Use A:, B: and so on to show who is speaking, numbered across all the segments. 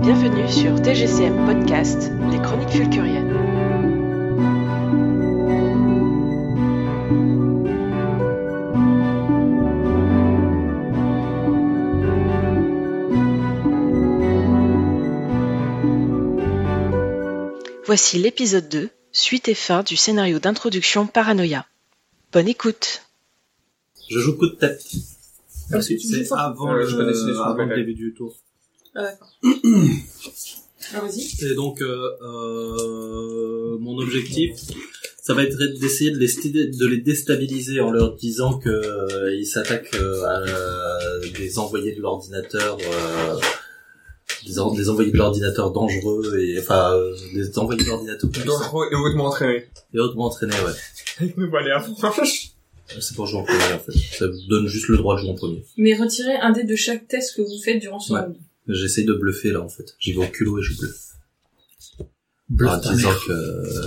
A: Bienvenue sur TGCM Podcast, les chroniques fulcuriennes. Voici l'épisode 2, suite et fin du scénario d'introduction Paranoia. Bonne écoute
B: Je joue coup de tête.
C: Ah, Parce que tu
B: C'est
C: joues fort.
B: avant,
D: Euh,
B: le,
D: je connaissais les
B: avant le
D: sous-appels.
B: début du tour.
C: Ah, d'accord. ah, vas-y.
B: Et donc, euh, euh, mon objectif, ça va être d'essayer de les, sté- de les déstabiliser en leur disant que euh, ils s'attaquent euh, à des envoyés de l'ordinateur, euh, des, en- des envoyés de l'ordinateur dangereux et enfin euh, des envoyés de l'ordinateur puissants
D: Dangereux et hautement entraîné.
B: et hautement entraînés. Ouais,
D: Avec nos balais à franche.
B: c'est pour jouer en premier en fait. Ça vous donne juste le droit de jouer en premier.
C: Mais retirez un dé de chaque test que vous faites durant ce
B: Ouais.
C: round.
B: J'essaye de bluffer là en fait. J'y vais au culot et je bluffe.
E: Bluff
B: en
E: ta
B: disant
E: mère.
B: que euh,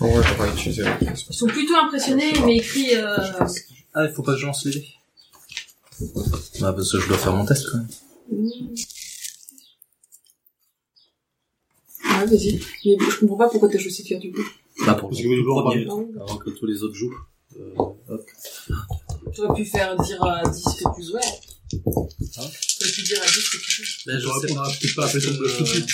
D: En vrai, j'aurais utilisé.
C: Ils sont plutôt impressionnés,
D: Je sais pas.
C: mais écrit euh,
B: Ah, il faut pas que je lance les dés. Bah, parce que je dois faire mon test, quand même.
C: Ouais, vas-y. Mais je comprends pas pourquoi t'as joué cette carte du coup.
B: Bah, pour
E: Parce que vous jouez en
B: premier,
E: premier.
C: Non.
B: avant que tous les autres jouent. Euh, hop.
C: T'aurais pu faire dire à 10 que tu jouais.
B: Hein
C: T'aurais pu dire à 10 que tu jouais.
B: Là, Ben, je sais
E: On
B: pas. Euh,
E: a peut-être pas appelé ça de bluff tout de suite.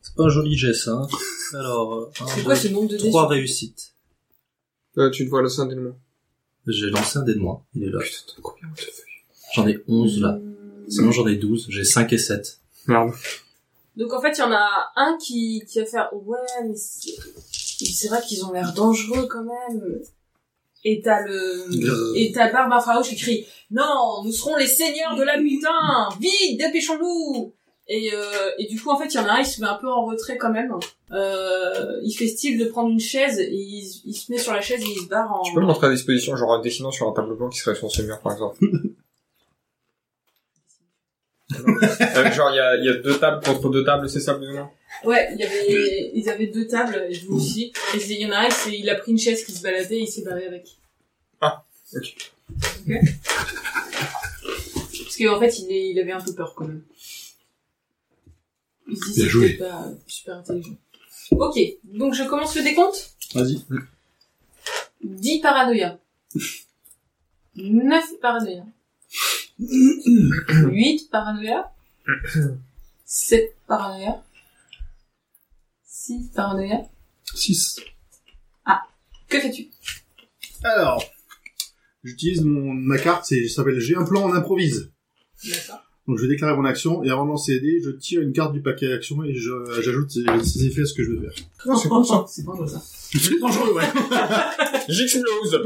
B: C'est pas un joli jet, ça. hein. Alors,
C: C'est quoi
B: 1,
C: ce nombre de dés
B: 3
C: sur-
B: réussites.
D: Euh, tu te vois le sein d'élément.
B: J'ai lancé un dé de moi. Il est là.
D: Putain, t'as combien de feuilles
B: J'en ai 11, là.
C: Mmh.
B: Sinon, j'en ai 12. J'ai 5 et 7.
D: Merde.
C: Donc en fait, il y en a un qui, qui va faire ouais, mais c'est c'est vrai qu'ils ont l'air dangereux quand même. Et t'as le
B: Grrr.
C: et t'as Barbara Farouche qui crie non, nous serons les seigneurs de la putain, vite, dépêchons-nous. Et, euh, et du coup, en fait, il y en a un, il se met un peu en retrait quand même. Euh, il fait style de prendre une chaise, et il, il se met sur la chaise et il se barre en...
D: Tu peux me montrer à disposition, genre en dessinant sur un tableau blanc qui serait sur ce mur, par exemple. Euh, genre, il y a, il y a deux tables contre deux tables, c'est ça, plus ou moins
C: Ouais, il y avait, ils avaient deux tables, et vous aussi. Et c'est- il y en a un, il s'est- il a pris une chaise qui se baladait et il s'est barré avec.
D: Ah, ok.
C: Ok. Parce qu'en fait, il, est, il avait un peu peur quand même. Il se dit
E: Bien
C: c'est
E: joué.
C: peut-être pas super intelligent. Ok, donc je commence le décompte.
E: Vas-y.
C: 10 paranoïa. 9 paranoïa. 8 paranoïa. 7 paranoïa. 6 paranoïa.
E: 6.
C: Que fais-tu
E: Alors, j'utilise mon, ma carte, c'est, ça s'appelle J'ai un plan, on improvise.
C: D'accord.
E: Donc je vais déclarer mon action, et avant de lancer les dés, je tire une carte du paquet d'action et je, j'ajoute ces, ces effets à ce que je veux faire.
D: Non, c'est bon ça.
C: C'est bon, ça.
E: C'est dangereux, ouais.
D: J'explose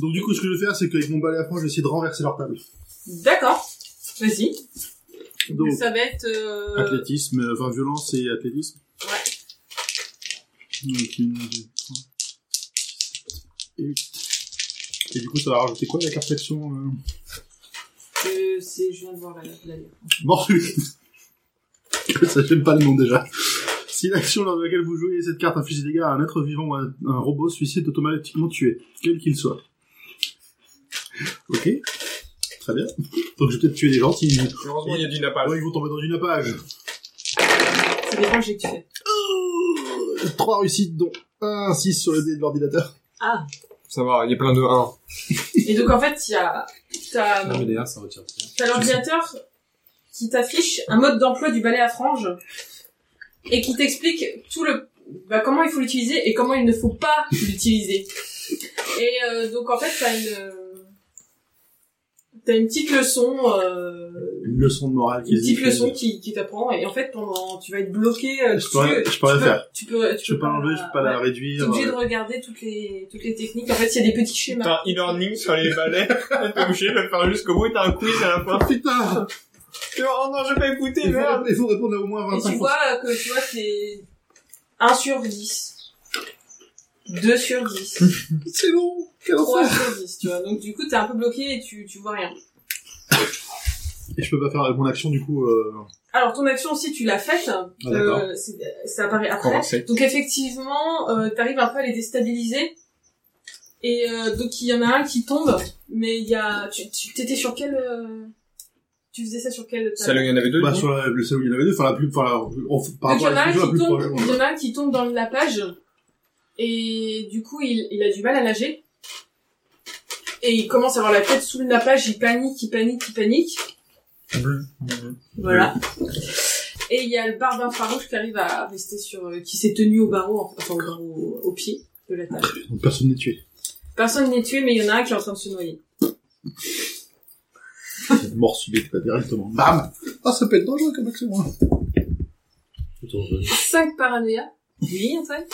E: Donc du coup, ce que je vais faire, c'est qu'avec mon balai à franc, je vais essayer de renverser leur table.
C: D'accord. Vas-y.
E: Donc,
C: Ça va être... euh,
E: athlétisme, euh, enfin violence et athlétisme. Ouais. Donc, une, deux, trois, et Et du coup, ça va rajouter quoi la carte d'action euh...
C: euh, c'est... Je viens de voir la, la lire.
E: Mordu. ça j'aime pas le nom déjà. Si l'action lors de laquelle vous jouez cette carte inflige des dégâts à un être vivant ou à un robot, celui-ci est automatiquement tué, quel qu'il soit. Ok. Très bien. Donc je vais peut-être tuer des gens si...
D: Heureusement, il y a du
E: Ah
D: napalm.
E: ouais, ils vont tomber dans du nappage.
C: Ça dépend le jet que tu fais.
E: 3 Euh, réussites, dont 1, 6 sur le dé de l'ordinateur.
C: Ah.
D: Ça va, il y a plein de 1.
C: Et donc, en fait, il y a... T'as...
B: d'ailleurs, ça retire.
C: T'as l'ordinateur qui t'affiche un mode d'emploi du balai à franges et qui t'explique tout le bah, comment il faut l'utiliser et comment il ne faut pas l'utiliser. Et euh, donc en fait t'as une euh, t'as une petite leçon euh,
E: Une leçon de morale.
C: une petite
E: qui-
C: leçon qui, qui t'apprend et en fait pendant tu vas être bloqué euh,
E: Je
C: tu-
E: peux rien- je peux rien
C: tu peux-
E: faire.
C: Tu peux tu
E: Je peux pas l'enlever, je peux pas la
C: T'es
E: réduire.
C: obligé de
E: euh,
C: regarder toutes les toutes les techniques. En fait il y a des petits schémas.
D: T'as un e-learning sur les balais, t'es obligé de le faire jusqu'au bout et t'as un quiz à la fin.
E: Ah, putain
D: Oh non, j'ai pas écouté,
E: il faut,
D: merde
E: répondre- il faut répondre à au moins
C: Et tu
E: 25
C: vois euh, que tu vois c'est 1 sur 10. 2 sur 10.
E: C'est long Quel
C: 3
E: enfer
C: sur 10, tu vois. Donc du coup, t'es un peu bloqué et tu, tu vois rien.
E: Et je peux pas faire mon action du coup. Euh...
C: Alors ton action aussi, tu l'as faite.
E: Ah, d'accord.
C: Euh, c'est- ça apparaît après.
D: Commencer.
C: Donc effectivement, euh, t'arrives un peu à les déstabiliser. Et euh, donc il y en a un qui tombe, mais il y a... Tu tu- t'étais sur quel... euh, Tu faisais ça sur quel table
D: Celle où il y en avait deux.
E: Bah,
D: dis donc.
E: sur la, le celle où il y en avait deux, enfin, la plus, enfin, la- en- par
C: Donc il y
E: rapport
C: en a
E: à
C: un qui
E: la plus la plus
C: tombe,
E: proche.
C: il y en a un qui tombe dans la plage et du coup il, il a du mal à nager et il commence à avoir la tête sous la plage, il panique, il panique, il panique. Voilà. Et il y a le barbin farouche qui arrive à rester sur, euh, qui s'est tenu au barreau, en- enfin au barreau, au pied de la table.
E: Donc, Personne n'est tué.
C: Personne n'est tué, mais il y en a un qui est en train de se noyer.
E: Une mort subite, pas directement. Bam! Ah, ça peut être dangereux comme action, hein.
B: Plutôt jaune.
C: 5 paranoïa. Oui, en fait.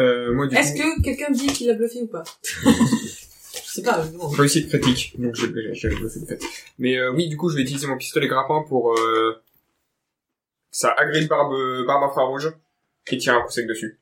D: Euh, moi, du
C: Est-ce
D: coup,
C: que quelqu'un dit qu'il a bluffé ou pas Je sais pas. mais bon.
D: réussite critique. Donc, j'ai j'ai- j'ai bluffé de fait. Mais euh, oui, du coup, je vais utiliser mon pistolet grappin pour... Euh... Ça agrippe barbe, barbe infrarouge et tire un coup sec dessus.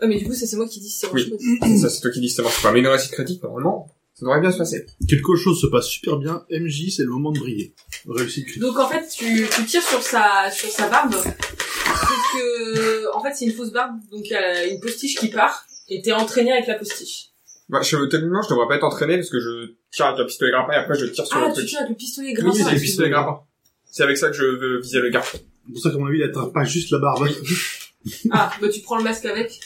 C: Ouais, mais du coup, ça c'est moi qui dis si c'est
D: Oui.
C: vrai.
D: ça, c'est toi qui dis que ça marche pas. Mais une réussite critique, normalement, ça devrait bien se passer.
E: Quelque chose se passe super bien. MJ, c'est le moment de briller. Réussite critique.
C: Donc en fait, tu, tu tires sur sa sur sa barbe parce que en fait c'est une fausse barbe, donc elle a une postiche qui part et t'es entraîné avec la postiche.
D: Bah, je, techniquement, je devrais pas être entraîné parce que je tire avec un pistolet grappin et après je tire sur
C: Ah,
D: le
C: tu
D: truc.
C: tires avec le pistolet
D: Oui, c'est
C: grimpant.
D: le pistolet grappin. C'est avec ça que je veux viser le gars.
E: C'est pour ça qu'à mon avis, il atteint pas juste la barbe.
C: ah, bah tu prends le masque avec.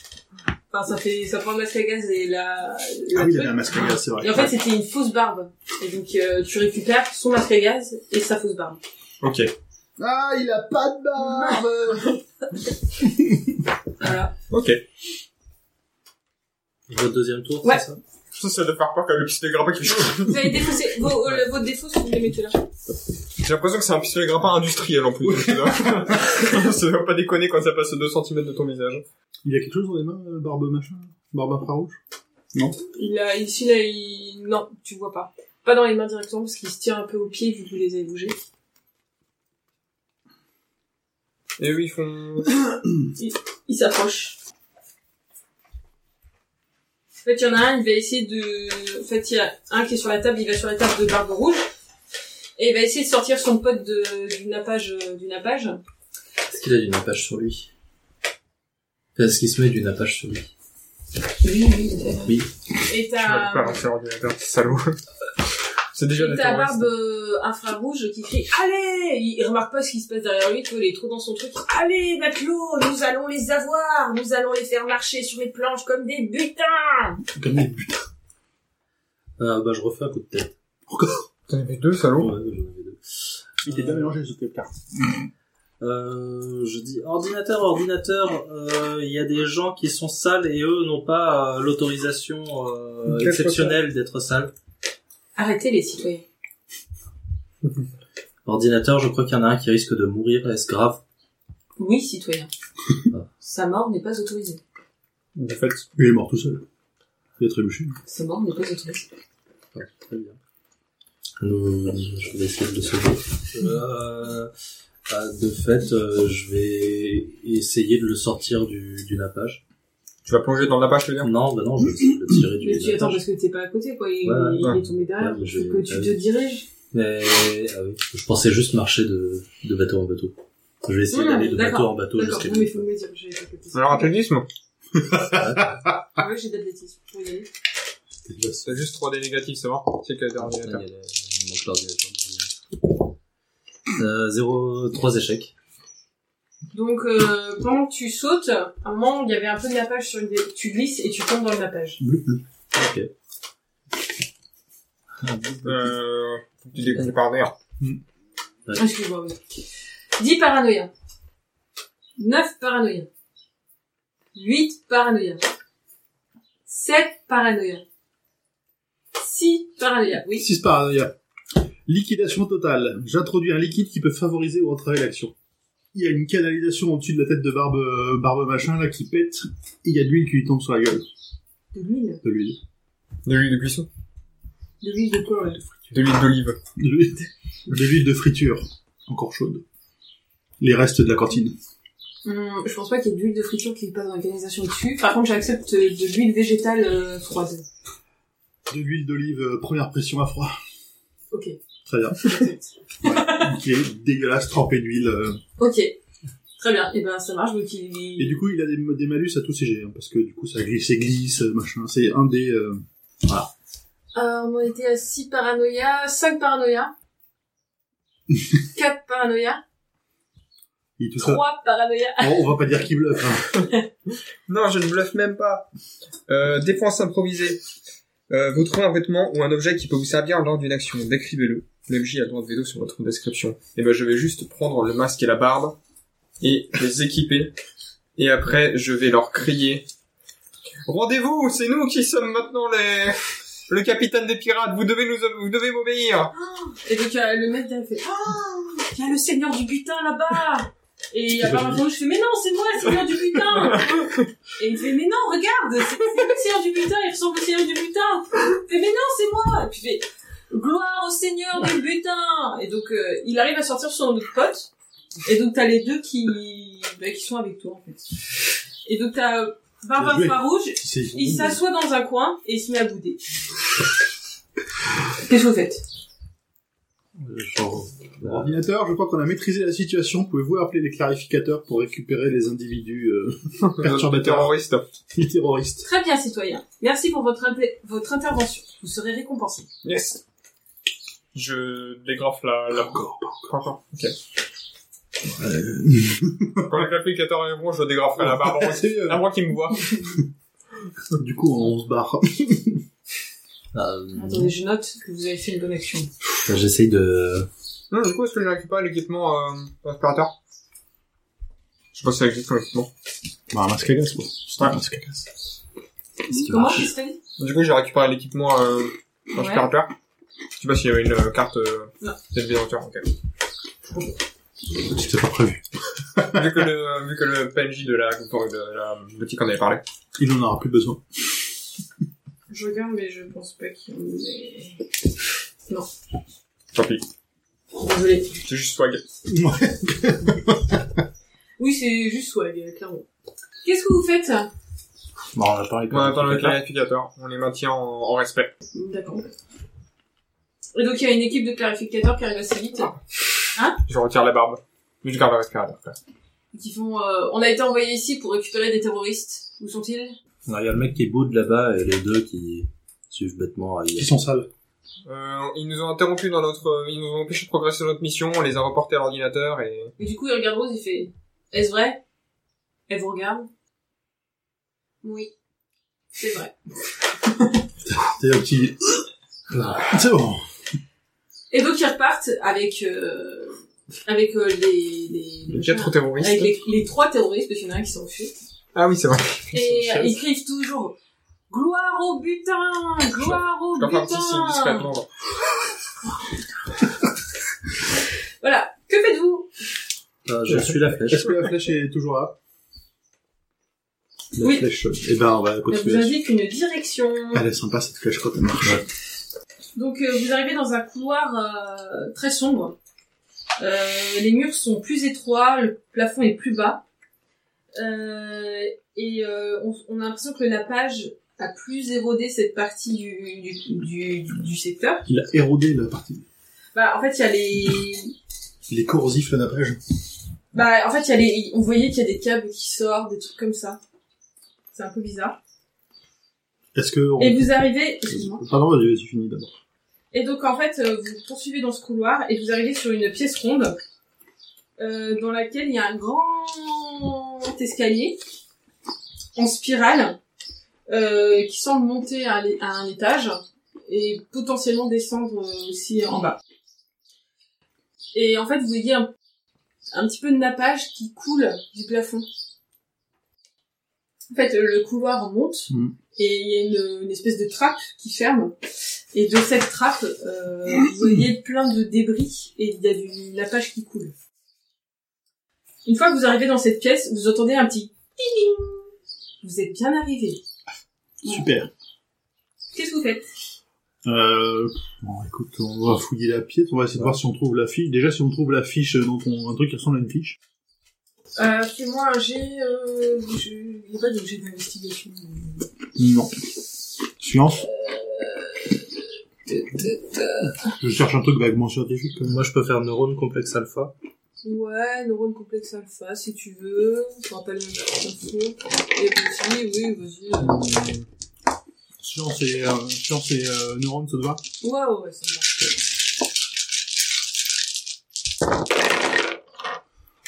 C: Enfin, ça fait ça prend le masque à gaz et la. la
E: Ah oui, il
C: truc.
E: avait un masque à gaz, c'est vrai.
C: Et en fait, c'était une fausse barbe. Et donc euh, tu récupères son masque à gaz et sa fausse barbe.
D: Ok.
E: Ah, il a pas de barbe!
C: Voilà.
D: Ok.
B: Votre deuxième tour,
C: Ouais.
B: c'est ça
D: Je pense que ça doit faire peur quand même, le pistolet grappin qui fait...
C: Vous avez défaussé vos euh, vos défauts, si vous les mettez là.
D: J'ai l'impression que c'est un pistolet grappin industriel en plus. ça doit pas déconner quand ça passe 2 cm de ton visage.
E: Il a quelque chose dans les mains, euh, barbe machin? Barbe infrarouge?
C: Il a, il, celui-là, il- non, tu vois pas. Pas dans les mains directement parce qu'il se tient un peu au pied vu que vous les avez bougés.
D: Et oui, ils font...
C: Il s'approche. En fait, il y en a un, il va essayer de, en fait, il y a un qui est sur la table, il va sur la table de Barbe Rouge. Et il va essayer de sortir son pote de, du nappage, euh, du nappage.
B: Est-ce qu'il a du nappage sur lui Est-ce qu'il se met du nappage sur lui
C: Oui, oui.
B: Oui.
C: Et
D: Je vais
C: t'as,
D: pas lancer l'ordinateur, c'est salaud. c'est déjà
C: et
D: des
C: t'as
D: terroristes.
C: Barbe euh, infrarouge qui crie, allez! Il, il remarque pas ce qui se passe derrière lui, tu vois, il est trop dans son truc. Allez, matelots, nous allons les avoir! Nous allons les faire marcher sur les planches comme des butins!
E: Comme des buts.
B: Ah bah je refais un coup de tête.
D: T'en avais deux, salaud
B: Ouais, j'en avais deux.
E: Il était bien mélangé, ce quelqu'un.
B: Euh, je dis ordinateur, ordinateur, euh, il y a des gens qui sont sales et eux n'ont pas euh, l'autorisation euh,
D: Quelle
B: exceptionnelle d'être sales.
C: Arrêtez les citoyens.
B: Ordinateur, je crois qu'il y en a un qui risque de mourir, est-ce grave
C: Oui, citoyen.
B: Ah.
C: Sa mort n'est pas autorisée.
D: De fait,
E: Il est mort tout seul. Il a trébuché.
C: Sa mort n'est pas autorisée.
B: Très bien. Nous, je vais essayer de le sauver. Euh, bah, de fait, euh, je vais essayer de le sortir du, du nappage.
D: tu vas plonger dans la bâche, le gars
B: Non, bah non, je vais essayer de le tirer du
C: Mais tu attends
B: nappage.
C: parce que t'es pas à côté, quoi. Il,
B: Ouais,
C: il
D: ouais.
C: est tombé derrière.
B: Ouais, mais
C: Faut
B: j'ai-
C: que tu
B: ah
C: te
B: oui.
C: diriges.
B: Mais ah oui, je pensais juste marcher de, de bateau en bateau. Je vais essayer
C: Mmh,
B: d'aller de bateau
C: d'accord,
B: en bateau
C: D'accord,
B: jusqu'à
C: non, mais
B: lui.
C: faut me le dire. J'avais pas compris ça.
D: Alors, athlétisme
C: Ah ouais, j'ai d'athlétisme. Faut y aller.
D: C'est juste 3D négatif, c'est mort. C'est que l'ordinateur.
B: Euh, 0, 3 échecs.
C: Donc, euh, pendant que tu sautes, à un moment, il y avait un peu de nappage sur une des... Tu glisses et tu tombes dans le nappage.
B: Ok.
D: Euh... faut que Tu découvres par verre.
C: Ah, Excuse-moi, oui. 10 paranoïa. 9 paranoïa. 8 paranoïa. 7 paranoïa. 6 paranoïa. Oui.
E: 6 paranoïa. Liquidation totale. J'introduis un liquide qui peut favoriser ou entraver l'action. Il y a une canalisation au-dessus de la tête de barbe, euh, barbe machin, là, qui pète. Et il y a de l'huile qui lui tombe sur la gueule.
C: De l'huile.
E: De l'huile.
D: De l'huile de cuisson
C: De l'huile de quoi ouais.
D: De l'huile d'olive.
E: De l'huile- de l'huile de friture. Encore chaude. Les restes de la cantine.
C: Hum, Je pense pas qu'il y ait de l'huile de friture qui passe dans la canalisation dessus. Par contre, j'accepte de l'huile végétale euh, froide.
E: De l'huile d'olive, euh, première pression à froid.
C: Ok.
E: Très bien.
C: j'accepte.
E: Qui est dégueulasse, trempée d'huile. euh.
C: ok. Très bien. Et ben, ça marche. Donc,
E: Et
C: il...
E: du coup, il a des, des malus à tous ses jets. hein, parce que du coup, ça glisse et glisse, euh, machin. C'est un des... euh,
C: Euh, on en était à 6 paranoïa, 5 paranoïa, 4 paranoïa,
E: Et tout ça.
C: 3 paranoïa.
E: Bon, on va pas dire qu'il bluffe. hein.
D: Non, je ne bluffe même pas. Euh, défense improvisée. Euh, vous trouvez un vêtement ou un objet qui peut vous servir lors d'une action. Décrivez-le. Le MJ a le droit de veto sur votre description. Et ben, je vais juste prendre le masque et la barbe et les équiper. Et après, je vais leur crier. Rendez-vous, c'est nous qui sommes maintenant les... le capitaine des pirates. Vous devez nous, vous devez m'obéir.
C: Et donc, euh, le mec, là, il fait, ah, il y a le seigneur du butin là-bas! Et il y a pas un rouge, je fais, mais non, c'est moi le seigneur du butin! Et il fait, mais non, regarde, c'est c'est le seigneur du butin, il ressemble au seigneur du butin! Il fait, mais non, c'est moi! Et puis il fait, gloire au seigneur du butin! Et donc, euh, il arrive à sortir son autre pote. Et donc, t'as les deux qui, bah, qui sont avec toi, en fait. Et donc, t'as euh, Barbara
E: Bien joué.
C: Farouche,
E: C'est-
C: il s'assoit dans un coin et il se met à bouder. Qu'est-ce que vous faites?
B: Genre,
E: Ordinateur, je crois qu'on a maîtrisé la situation. Pouvez-vous appeler les clarificateurs pour récupérer les individus euh, perturbateurs
D: Terroriste.
E: et terroristes
C: Très bien, citoyen. Merci pour votre, inter- votre intervention. Vous serez récompensé.
D: Yes. Je dégrafe la, la...
E: Encore.
D: Encore, ok. Quand les applicateur arriveront, je dégraferai la barbe en
E: C'est mieux.
D: À moi qui me voit.
E: Du coup, on se barre.
B: euh,
C: Attendez, je note que vous avez fait une bonne action.
B: J'essaye de...
D: Non, du coup, est-ce que je récupère l'équipement euh, aspirateur Je sais pas si ça existe comme équipement.
E: Bah, un masque à gaz, quoi. C'est
D: un
E: masque à gaz.
B: qui
C: Comment
B: marche.
C: qu'est-ce que t'as dit
D: Du coup, j'ai récupéré l'équipement euh, aspirateur. Je sais pas s'il y avait une euh, carte euh,
C: Non.
D: d'élévateur, ok.
E: C'était pas prévu.
D: vu, que le, euh, vu que le PNJ de la de la boutique en avait parlé.
E: Il en aura plus besoin.
C: Je regarde, mais je pense pas qu'il y en ait.
D: Tant pis.
C: Désolé.
D: C'est juste swag.
E: Ouais.
C: Oui, c'est juste swag, euh, clairement. Qu'est-ce que vous faites
B: Bon, on a parlé
D: On attend le clarificateur. On les maintient en, en respect.
C: D'accord. Et donc, il y a une équipe de clarificateurs qui arrive assez vite.
D: Je retire la barbe. Mais je garde le respirateur.
C: Qui font, euh, on a été envoyé ici pour récupérer des terroristes. Où sont-ils
B: Non, il y a le mec qui est boude là-bas et les deux qui suivent bêtement.
E: Ils
B: ailleurs.
E: sont sales.
D: Euh, ils nous ont interrompu dans notre, euh, ils nous ont empêché de progresser dans notre mission, on les a reportés à l'ordinateur et
C: Et du coup, il regarde Rose, il fait, est-ce vrai Elle vous regarde Oui. C'est vrai.
E: T'es un petit... C'est bon.
C: Et donc ils repartent avec euh, avec euh, les les,
D: les quatre terroristes.
C: avec les, les trois terroristes parce qu'il y en a un qui s'en fuite.
D: Ah oui, c'est vrai.
C: Et
D: sont
C: euh, ils crient toujours gloire au butin, gloire au
D: Enfin, un petit signe
C: butin.
D: discrètement. genre.
C: Voilà. Que faites-vous
B: Ah, je suis la flèche.
E: Est-ce que la flèche est toujours là La
C: Oui.
E: flèche. Eh ben, on va
C: Elle vous
E: continuer.
C: indique une direction.
E: Elle est sympa cette flèche quand elle marche.
C: Donc euh, vous arrivez dans un couloir euh, très sombre. Euh, les murs sont plus étroits, le plafond est plus bas. Euh, et euh, on, on a l'impression que la page a plus érodé cette partie du, du, du, du secteur.
E: Il a érodé la partie.
C: Bah, en fait, il y a les...
E: Il est corrosif la nappage.
C: Bah, en fait, il y a les... on voyait qu'il y a des câbles qui sortent, des trucs comme ça. C'est un peu bizarre.
E: Est-ce que... on-
C: Et vous arrivez... Excuse-moi.
E: Pardon, vas-y, vas-y, finis d'abord.
C: Et donc en fait, euh, vous poursuivez dans ce couloir et vous arrivez sur une pièce ronde euh, dans laquelle il y a un grand escalier en spirale euh, qui semble monter à, l'é- à un étage et potentiellement descendre euh, aussi en bas. Et en fait, vous voyez un, un petit peu de nappage qui coule du plafond. En fait, le couloir monte
E: Mhm.
C: et il y a une- une espèce de trappe qui ferme. Et de cette trappe, euh, vous voyez plein de débris et il y a du lapage qui coule. Une fois que vous arrivez dans cette pièce, vous entendez un petit ting. Vous êtes bien arrivé.
E: Super.
C: Qu'est-ce que vous faites
E: Euh... Bon, écoute, on va fouiller la pièce. On va essayer de voir si on trouve la fiche. Déjà, si on trouve la fiche, euh, donc on... un truc qui ressemble à une fiche.
C: euh, Fais-moi un jet. Euh, je... Il n'y a pas de jet d'investigation.
E: Non. Science Je cherche un truc vaguement scientifique, quand même.
B: Moi, je peux faire neurone complexe alpha.
C: Ouais, neurone complexe alpha, si tu veux. Je te rappelle même pas Et puis, oui, vas-y.
E: Science et, euh, science et euh, neurones, ça te va
C: Waouh, ouais, ça me va.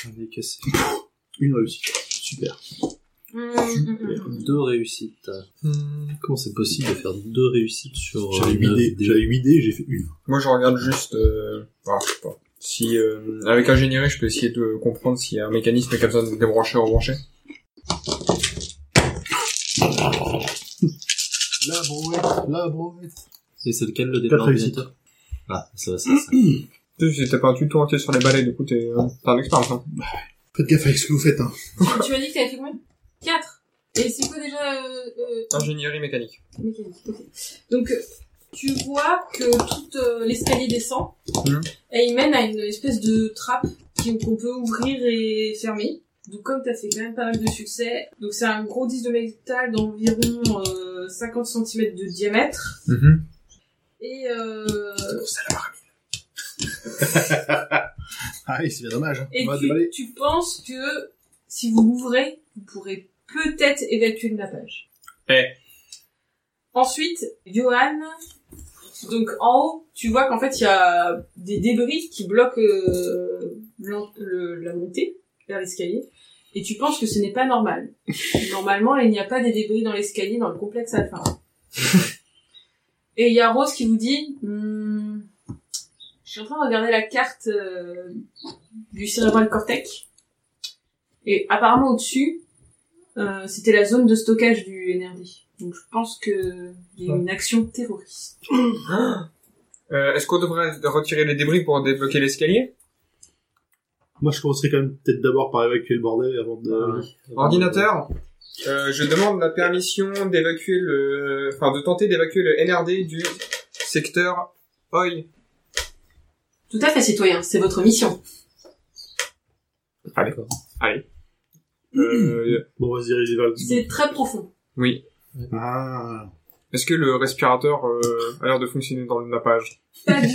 B: Avec
E: Une réussite. Super.
C: Hum, hum, hum.
B: deux réussites.
D: Hmm.
B: Comment c'est possible de faire deux réussites sur
E: J'avais
B: euh,
E: 8
B: neuf
E: dés,
B: dés
E: j'avais 8 dés, j'ai fait une.
D: Moi, je regarde juste. Euh... ah, je sais pas. Si euh, avec ingénierie, je peux essayer de comprendre s'il y a un mécanisme qui a besoin de débrancher ou rebrancher.
E: La brouette, la brouette.
B: Et c'est lequel le dé de
E: Quatre réussites.
B: l'ordinateur Ah, ça va, ça, ça.
D: Tu sais, t'as pas du tout entier sur les balais, du coup, t'es euh, t'as un expert, maintenant.
E: Faites gaffe avec ce que vous faites, hein.
C: Tu- Tu m'as dit que t'avais fait combien 4 Et c'est quoi déjà euh, euh,
D: Ingénierie mécanique.
C: mécanique ok. Donc euh, tu vois que tout euh, l'escalier descend
D: Mhm.
C: et il mène à une espèce de trappe qui- qu'on peut ouvrir et fermer. Donc comme t'as fait quand même pas mal de succès, donc c'est un gros disque de métal d'environ euh, 50 cm de diamètre
D: Mhm.
C: et euh,
E: Ah oui, c'est bien dommage, hein.
C: et
E: On va
C: tu,
E: déballer.
C: tu penses que si vous l'ouvrez, vous pourrez peut-être évacuer le nappage.
D: Eh,
C: Ensuite, Johan, donc en haut, tu vois qu'en fait il y a des débris qui bloquent euh, l'en- le- la montée vers l'escalier, et tu penses que ce n'est pas normal. Normalement, il n'y a pas des débris dans l'escalier dans le complexe alpha. et il y a Rose qui vous dit, Hmm, je suis en train de regarder la carte euh, du cérébral cortex, et apparemment au-dessus, euh, c'était la zone de stockage du NRD. Donc je pense que il y a eu une action terroriste.
D: Euh, Est-ce qu'on devrait retirer les débris pour débloquer l'escalier
E: Moi, je commencerai quand même peut-être d'abord par évacuer le bordel avant de...
D: Ah Ordinateur euh, Je demande la permission d'évacuer le... Enfin, de tenter d'évacuer le NRD du secteur OI.
C: Tout à fait, citoyen, c'est votre mission.
D: Allez. Allez. Euh,
E: Bon, vas-y, dirige vers le...
C: C'est très profond.
D: oui.
E: Ah.
D: Est-ce que le respirateur euh, a l'air de fonctionner dans le nappage
C: Pas du tout.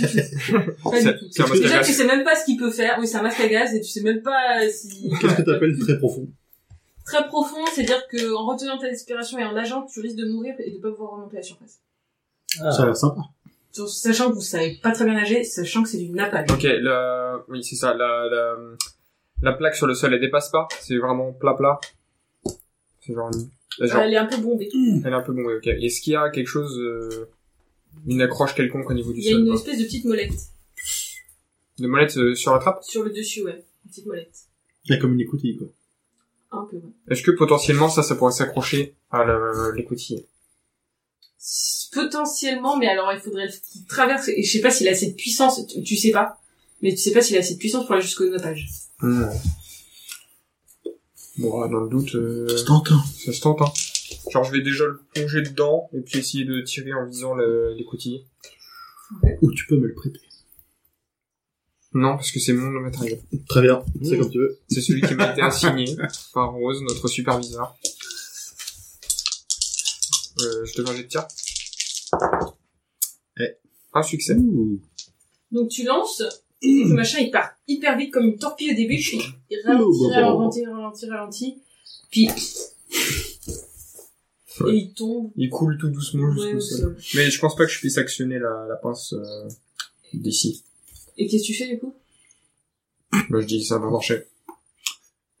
C: Pas
D: C'est-
C: du tout.
D: c'est un masque à
C: Déjà,
D: gaz.
C: tu sais même pas ce qu'il peut faire. Oui, c'est un masque à gaz et tu sais même pas si...
E: Qu'est-ce que t'appelles très profond
C: Très profond, c'est-à-dire que en retenant ta respiration et en nageant, tu risques de mourir et de pas pouvoir remonter à la surface.
E: Ça a l'air sympa.
C: Donc, sachant que vous savez pas très bien nager, sachant que c'est du napalm.
D: Ok, la... Oui, c'est ça. La, la, la plaque sur le sol, elle dépasse pas C'est vraiment plat plat C'est genre... une- là, genre,
C: Elle est un peu bondée.
D: Elle est un peu bombée, ok. Est-ce qu'il y a quelque chose... euh, Une accroche quelconque au niveau du
C: Il y a
D: sol
C: une
D: quoi
C: espèce de petite molette
D: De molette euh, sur la trappe
C: sur le dessus, ouais. Une petite molette.
E: Il y a comme une écoutille, quoi.
C: Un peu, ouais.
D: Est-ce que potentiellement ça, ça pourrait s'accrocher à la- l'écoutille
C: Potentiellement, mais alors il faudrait qu'il traverse. Et je sais pas s'il a assez de puissance. Tu, tu sais pas. Mais tu sais pas s'il a assez de puissance pour aller jusqu'au nappage.
D: Hmm. Bon, ah, dans le doute, euh,
E: tentant.
D: ça se tente. Hein. Genre, je vais déjà le plonger dedans et puis essayer de tirer en visant le- l'écoutille.
E: Ou tu peux me le prêter.
D: Non, parce que c'est mon matériel.
E: Très bien, c'est
D: Mmh.
E: comme tu veux.
D: C'est celui qui m'a été assigné par Rose, notre superviseur. Euh, je te un jet de tir.
E: Eh.
D: Un succès.
C: Donc tu lances. Le machin il part hyper vite comme une torpille au début. Puis il ralentit, ralentit, ralentit, ralentit. Puis et il tombe.
D: Il coule tout doucement
C: Ouais,
D: jusqu'au
C: au
D: sol.
C: sol.
D: Mais je pense pas que je puisse actionner la, la pince euh, d'ici.
C: Et qu'est-ce que tu fais du coup
D: Bah, je dis ça va marcher.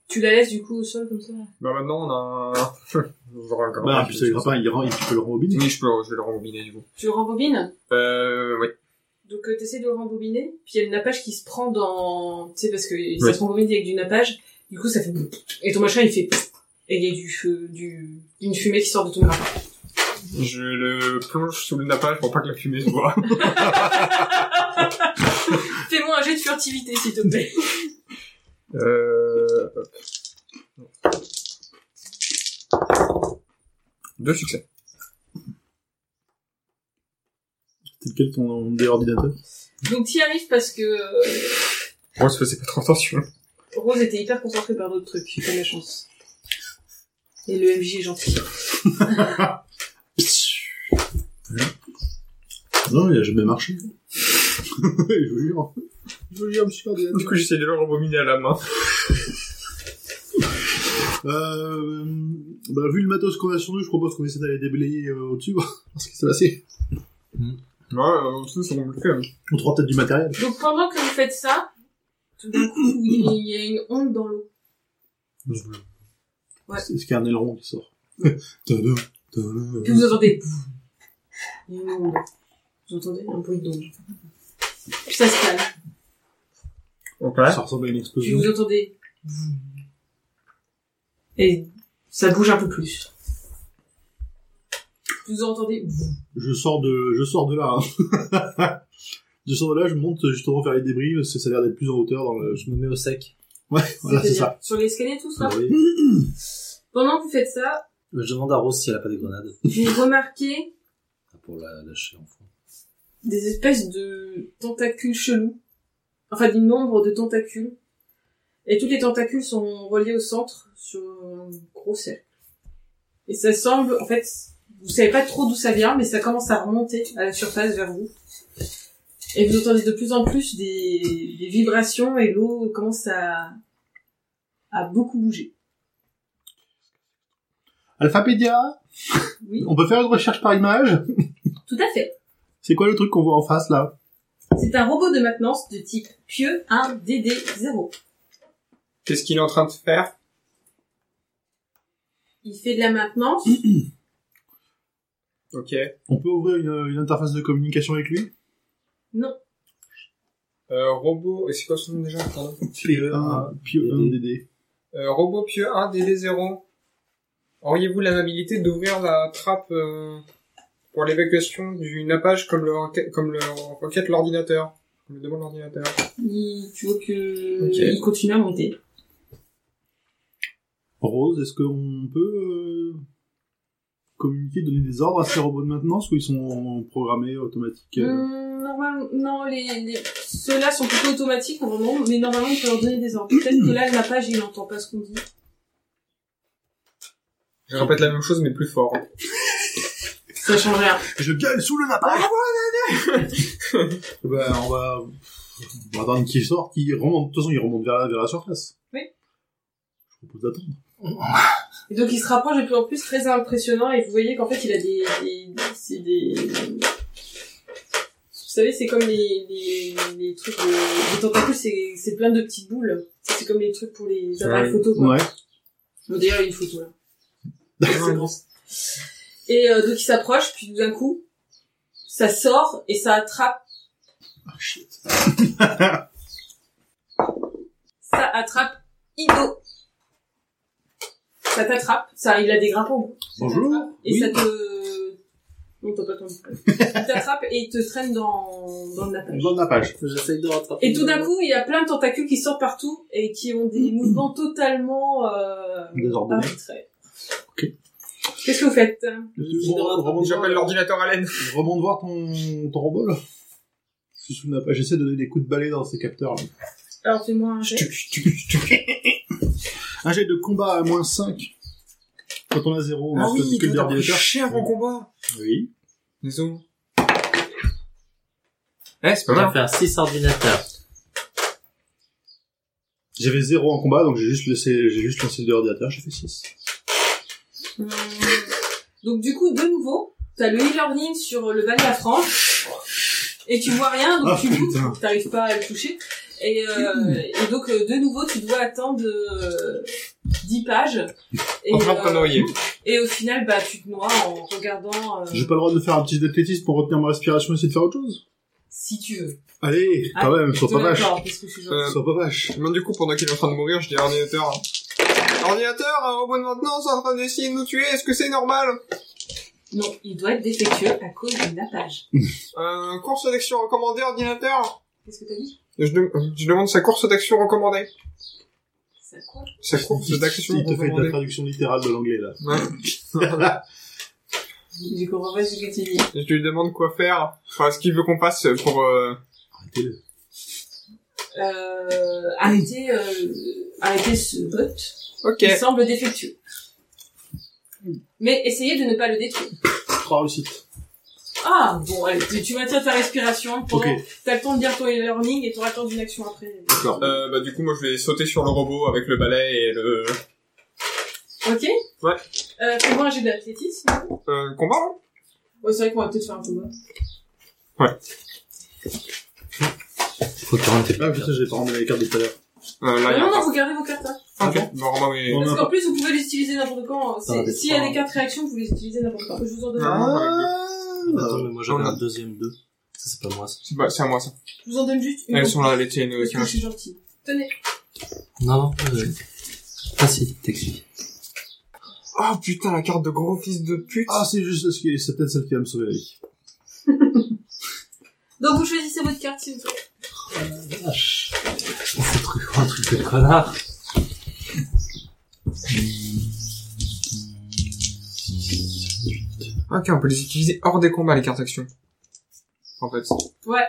C: Tu la laisses du coup au sol comme ça.
D: Bah maintenant on a un... J'aurai encore
E: Bah, puis ça ira pas, il rend, tu peux le rembobiner.
D: Oui, je peux, je vais le rembobiner du coup.
C: Tu le rembobines.
D: Euh, oui.
C: Donc euh, t'essaies de le rembobiner. Puis il y a le nappage qui se prend dans. Tu sais parce que ça
D: Ouais.
C: se rembobine avec du nappage. Du coup ça fait. Et ton machin il fait. Et il y a du feu, du, une fumée qui sort de ton bras.
D: Je le plonge sous le nappage pour pas que la fumée se voit.
C: Fais-moi un jet de furtivité, s'il te plaît.
D: euh... hop. Deux succès.
E: C'est lequel ton dé ordinateur
C: Donc t'y arrives parce que euh,
D: Moi, je faisais pas trop attention.
C: Rose était hyper concentrée par d'autres trucs, t'as de la chance. Et le MJ est gentil.
E: Non, il a jamais marché. je vous jure. Je vous jure, monsieur ordinateur.
D: Du coup, j'essaie de le rembobiner à la main.
E: Euh, Bah, vu le matos qu'on a sur nous, je propose qu'on essaie d'aller déblayer euh, au-dessus, voir ce qui s'est passé.
D: Ouais, euh, en dessous, c'est bon, le faire.
E: On trouvera peut-être du matériel.
C: Donc pendant que vous faites ça, tout d'un coup, il y a une onde dans l'eau. Ouais.
E: C'est ce qu'il y a un aileron qui sort. Tadam, tadam.
C: Que vous entendez Il y a une onde. Vous entendez un bruit d'onde. Puis ça se calme.
D: Ok.
E: Ça ressemble à une
C: Puis
E: explosion.
C: vous entendez. Et ça bouge un peu plus. Vous entendez.
E: Je sors de, je sors de là. hein. je sors de là, je monte justement vers les débris parce que ça a l'air d'être plus en hauteur dans le.
B: Je me mets au sec.
E: Ouais, voilà, c'est
C: C'est-à-dire
E: ça.
C: Sur l'escalier, tout ça.
E: Oui.
C: Pendant que vous faites ça,
B: Je demande à Rose si elle a pas des grenades. Ah,
C: j'ai remarqué
B: Pour la lâcher en fond.
C: des espèces de tentacules chelous. Enfin, du nombre de tentacules. Et tous les tentacules sont reliés au centre sur un gros cercle. Et ça semble, en fait, vous savez pas trop d'où ça vient, mais ça commence à remonter à la surface vers vous. Et vous entendez de plus en plus des, des vibrations et l'eau commence à, à beaucoup bouger.
E: Alphapédia,
C: Oui,
E: on peut faire une recherche par image.
C: tout à fait.
E: C'est quoi le truc qu'on voit en face là
C: C'est un robot de maintenance de type Pieux 1DD0.
D: Qu'est-ce qu'il est en train de faire
C: Il fait de la maintenance
D: Ok.
E: On peut ouvrir une, une interface de communication avec lui
C: Non.
D: Euh, robot, et c'est quoi son nom déjà Pardon.
E: Pieux
D: un,
E: Pieux un DD.
D: Euh, robot pieux 1, DD0. Auriez-vous l'amabilité d'ouvrir la trappe euh, pour l'évacuation du nappage comme le, requête- comme le requête l'ordinateur Comme le demande l'ordinateur.
C: Il, tu vois que
D: Ok.
C: il continue à monter.
E: Rose, est-ce qu'on peut euh, communiquer, donner des ordres à ces robots de maintenance ou ils sont programmés automatiques euh,
C: Hum, normal- non, les, les- ceux-là sont plutôt automatiques en moment, mais normalement on peut leur donner des ordres. Peut-être que là le nappage il n'entend pas ce qu'on dit.
D: Je répète la même chose mais plus fort.
C: Ça change rien.
E: Je gueule sous le nappage ben, on va... on va attendre qu'il sorte, qu'il remonte. De toute façon, il remonte vers la, vers la surface.
C: Oui.
E: Je propose d'attendre.
C: Et donc il se rapproche de plus en plus, très impressionnant, et vous voyez qu'en fait il a des, des, c'est des, vous savez c'est comme les, les, les trucs, de- les tentacules c'est, c'est plein de petites boules. C'est comme les trucs pour les appareils
D: Ouais.
C: photo. Quoi.
E: Ouais.
C: Bon, D'ailleurs, il y a une photo là. C'est grand. Et euh, donc il s'approche, puis tout d'un coup, ça sort et ça attrape.
E: Ah,
C: ça attrape Ido. Ça t'attrape. Ça, il a des grimpants. au bout. Ça
E: Bonjour.
C: t'attrape Et
E: Oui.
C: ça te. Non, t'as pas ton. il t'attrape et il te traîne dans dans le nappage.
E: Dans le nappage.
B: J'essaye de rattraper.
C: Et tout d'un coup, il y a plein de tentacules qui sortent partout et qui ont des mouvements totalement euh,
E: Désordonnés.
C: arbitraires.
E: Ok.
C: Qu'est-ce que vous faites
B: J'essaye de rattraper.
E: remonte,
D: J'appelle l'ordinateur à l'aide.
E: remonte voir ton, ton robot, là. Je suis sous le nappage. J'essaie de donner des coups de balai dans ces capteurs, là.
C: Alors fais-moi un jet.
E: Un jet de combat à moins 5. Quand on a 0, Ah on a plus
D: toi, t'as
E: que le
D: pris
E: l'ordinateur.
D: cher en combat.
E: Oui.
D: Désolé. Eh, c'est pas
B: On va
E: Ah.
D: mal.
B: faire 6 ordinateurs.
E: J'avais 0 en combat, donc j'ai juste laissé, j'ai juste lancé l'ordinateur, j'ai fait 6.
C: Hum. Donc du coup, de nouveau, t'as le e-learning sur le Val de la France et tu vois rien, donc
E: Ah,
C: tu
E: putain. Hmm.
C: loupes, t'arrives pas à le toucher. Et, euh, et donc euh, de nouveau, tu dois attendre euh, 10 pages. Et,
D: En train de
C: euh,
D: t'ennoyer.
C: et au final, bah tu te noies en regardant euh,
E: J'ai pas le droit de faire un petit athlétisme pour retenir ma respiration et essayer de faire autre chose
C: si tu veux.
E: Allez,
D: Ah,
E: quand même, sois pas vache.
C: D'accord, parce que je suis gentille.
D: Euh,
E: Sois pas vache.
D: Non, du coup, pendant qu'il est en train de mourir, je dis à l'ordinateur. Ordinateur, un robot de maintenance est en train d'essayer de nous tuer, est-ce que c'est normal
C: Non, il doit être défectueux à cause du nappage.
D: Euh, course d'action recommandée, ordinateur
C: Qu'est-ce que t'as dit
D: je, dem- je demande sa course d'action recommandée.
C: Ça quoi
D: Sa course
E: Il
D: d'action
E: te fait de la
D: recommandée.
E: traduction littérale de l'anglais, là.
D: Ouais.
C: Je comprends pas ce que tu dis.
D: Et je lui demande quoi faire. Enfin, ce qu'il veut qu'on fasse pour... Euh...
E: Arrêtez-le.
C: Euh, arrêtez, euh, arrêtez ce bot
D: Ok.
C: qui semble défectueux. Mais essayez de ne pas le détruire.
E: 3 réussites.
C: Ah, bon, allez, tu, tu maintiens ta respiration pendant...
E: Ok. Ah,
C: T'as le temps de dire ton e-learning et t'auras le temps d'une action après.
E: D'accord.
D: Euh, bah du coup, moi, je vais sauter sur le robot avec le balai et le...
C: Ok
D: Ouais.
C: Euh, fais-moi un jet d'athlétisme.
D: Euh, combat, hein
C: Ouais, c'est vrai qu'on va peut-être faire un combat.
B: Faut que tu rentres tes
E: Ah putain, j'ai pas rendu les cartes de tout à l'heure.
D: euh, là,
C: Ah
D: il y a
C: non, non,
D: pas.
C: vous gardez vos cartes, là.
D: Ok, bon, Romain, mais...
E: On
C: Parce
E: a
C: qu'en
E: pas-
C: plus, vous pouvez les utiliser n'importe quand. C'est-
B: Ah, mais
C: S'il y a
D: hein.
B: pas-
C: des cartes réactions, vous les utilisez n'importe quand. Je vous en donne
D: Ah.
B: Attends, mais moi j'avais
E: Ah.
D: on a-
B: un deuxième 2. Ça, c'est pas moi, ça.
D: C'est bah, c'est à moi, ça.
C: Je vous en donne juste une.
D: Elles sont là, les tiennes. euh,
C: Parce
D: qui
C: que je
D: restent.
C: suis gentille. Tenez.
B: Non, non, pas de- Ah si, t'expliques.
D: Oh putain, la carte de gros fils de pute.
E: Ah, c'est juste, ce qui- c'est peut-être celle qui va me sauver la vie.
C: Donc, vous choisissez votre carte, s'il vous plaît.
B: Vache. On fout un truc- un truc de connard.
D: Ok, on peut les utiliser hors des combats, les cartes actions. En fait.
C: Ouais.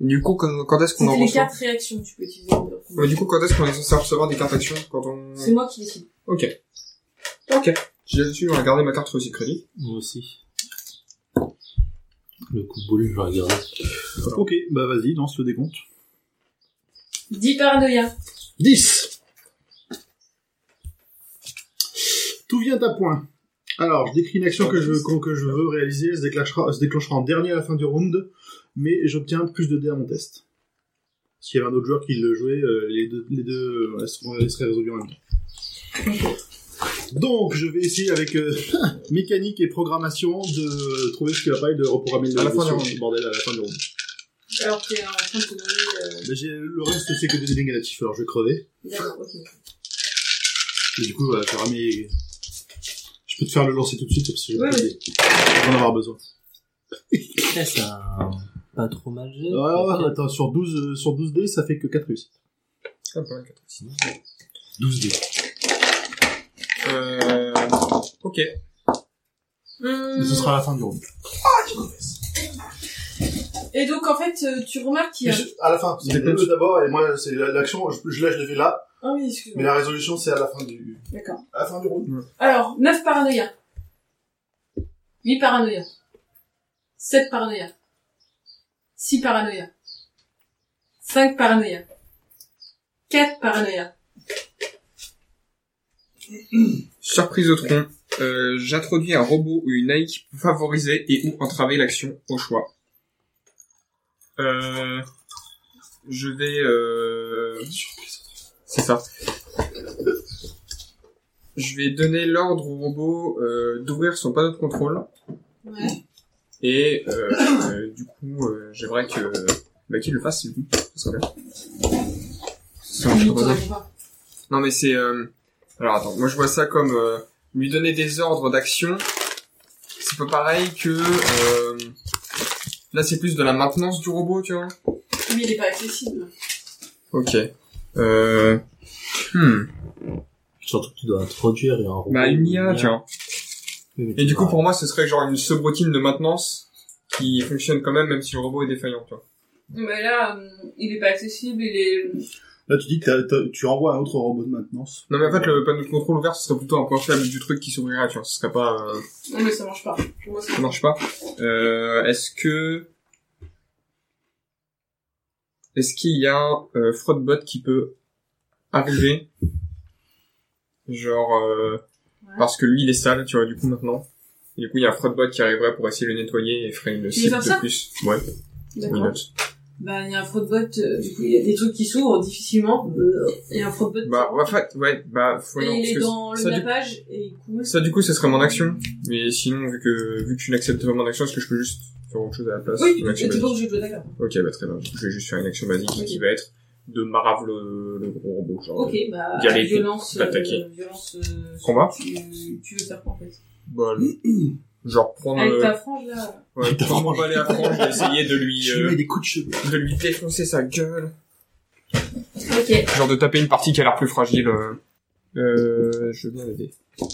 D: Du coup, quand, quand est-ce qu'on en
C: C'était les
D: reçoit
C: cartes réactions que tu peux utiliser. en dehors.
D: Ouais, Bah, Du coup, quand est-ce qu'on est censé recevoir des cartes actions Quand on...
C: C'est moi qui décide.
D: Ok. Ok. J'ai l'habitude de regarder ma carte aussi de crédit.
B: Moi aussi. Le coup de boule, je vais regarder.
E: Ok, bah vas-y, lance le décompte.
C: 10 paranoïa.
E: 10 Tout vient à point. Alors, je décris une action que je, que, que je veux réaliser, elle se déclenchera, se déclenchera en dernier à la fin du round, mais j'obtiens plus de dés à mon test. S'il y avait un autre joueur qui le jouait, euh, les deux, les deux euh, elles, seront- elles seraient résolues en même temps. Donc, je vais essayer avec euh, mécanique et programmation de euh, trouver ce qui va pas et de reprogrammer le
D: À la fin du
E: le-
D: round.
E: le bordel à la fin du round.
C: Alors, t'es en train de te donner, euh,
E: Mais j'ai- le reste, c'est que des dés négatifs, alors je vais crever.
C: D'accord, ok.
E: Et du coup, voilà, je vais ramener- Je peux te faire le lancer tout de suite, parce que je vais
C: Ouais,
E: pas te- je vais en avoir besoin.
B: Putain, c'est un... Pas trop mal géré.
E: Ouais, ouais, ouais, attends, sur 12, euh, sur 12 dés, ça fait que 4 réussites.
D: Ah, pas mal, quatre.
B: 12 dés.
D: Euh... Ok.
E: Mais ce
C: Hum,
E: sera à la fin du round.
C: Et donc, en fait, euh, tu remarques qu'il y a...
E: à la fin.
D: c'est le jeu
E: d'abord, et moi, c'est l'action, je, là, je l'ai fait là,
C: Ah oui, excuse-moi.
E: la résolution, c'est à la fin du,
C: D'accord.
E: à la fin du round.
C: Alors, 9 paranoïa. 8 paranoïa. 7 paranoïa. 6 paranoïa. 5 paranoïa. 4 paranoïa.
D: Surprise de tronc. Euh, J'introduis un robot ou une AI qui peut favoriser et ou entraver l'action au choix. Euh, je vais... Euh... C'est ça. Je vais donner l'ordre au robot euh, d'ouvrir son panneau de contrôle
C: Ouais.
D: et euh, euh, du coup euh, j'aimerais que bah, qu'il le fasse du coup. Ça serait bien. Ce serait
C: Il
D: un robot.
C: t'aurait pas.
D: Non, mais c'est... euh, Alors, attends, moi je vois ça comme euh, lui donner des ordres d'action. C'est pas pareil que... euh, Là, c'est plus de la maintenance du robot, tu vois.
C: Mais il est pas accessible.
D: Ok. Euh... Hmm.
B: Surtout que tu dois introduire et un robot.
D: Bah, une IA,
B: IA.
D: tiens.
B: Oui, mais
D: Et
B: tu
D: du coup,
B: vas-
D: pour moi, ce serait genre une subroutine de maintenance qui fonctionne quand même, même si le robot est défaillant, tu vois.
C: Mais là, euh, il est pas accessible, il est...
E: Là, tu dis que t'as- t'as- tu renvoies un autre robot de maintenance.
D: Non, mais en fait, le panneau de contrôle ouvert, ce serait plutôt un point faible du truc qui s'ouvrirait, tu vois. Ce serait pas... euh,
C: Non, mais ça marche pas. Pour moi, ça
D: Ça marche pas. Euh, est-ce que... Est-ce qu'il y a un euh, fraudbot qui peut arriver Genre... euh, Parce que lui, il est sale, tu vois, du coup, maintenant. Et du coup, il y a un fraudbot qui arriverait pour essayer de le nettoyer et ferait une
C: Tu veux
D: cible
C: faire
D: de
C: ça
D: plus. Ouais, une
C: D'accord.
D: note.
C: Bah, il y a un fraudbot, euh, du coup, il y a des trucs qui s'ouvrent difficilement. Euh, Et un fraudbot...
D: Bah, ouais, en fait, ouais, bah, faut
C: et
D: non,
C: il
D: parce
C: est
D: que
C: dans le
D: ça, du...
C: nappage, et il coule.
D: ça, du coup, ce serait mon action. Mais sinon, vu que, vu que tu n'acceptes pas mon action, est-ce que je peux juste faire autre chose à la place
C: Oui,
D: Une action
C: et t'es
D: basique.
C: pas obligé de jouer, d'accord.
D: Ok, bah très bien. Je vais juste faire une action basique
C: Ok.
D: qui va être de marave le, le gros robot. Genre, euh,
C: Ok, bah,
D: y aller,
C: violence, euh,
D: d'attaquer.
C: violence, euh, ce
D: Combat.
C: que tu, tu veux faire quoi, en fait?
D: bah, le- genre prendre,
C: Avec ta
D: euh,
C: frange, là.
D: ouais,
E: Putain,
D: prendre mon
E: franchement.
D: balai à frange et essayer de lui,
E: Je lui
D: euh,
E: mets des coups de cheveux.
D: de lui défoncer sa gueule.
C: Ok.
D: Genre de taper une partie qui a l'air plus fragile. euh. Euh, je veux bien l'aider. 5,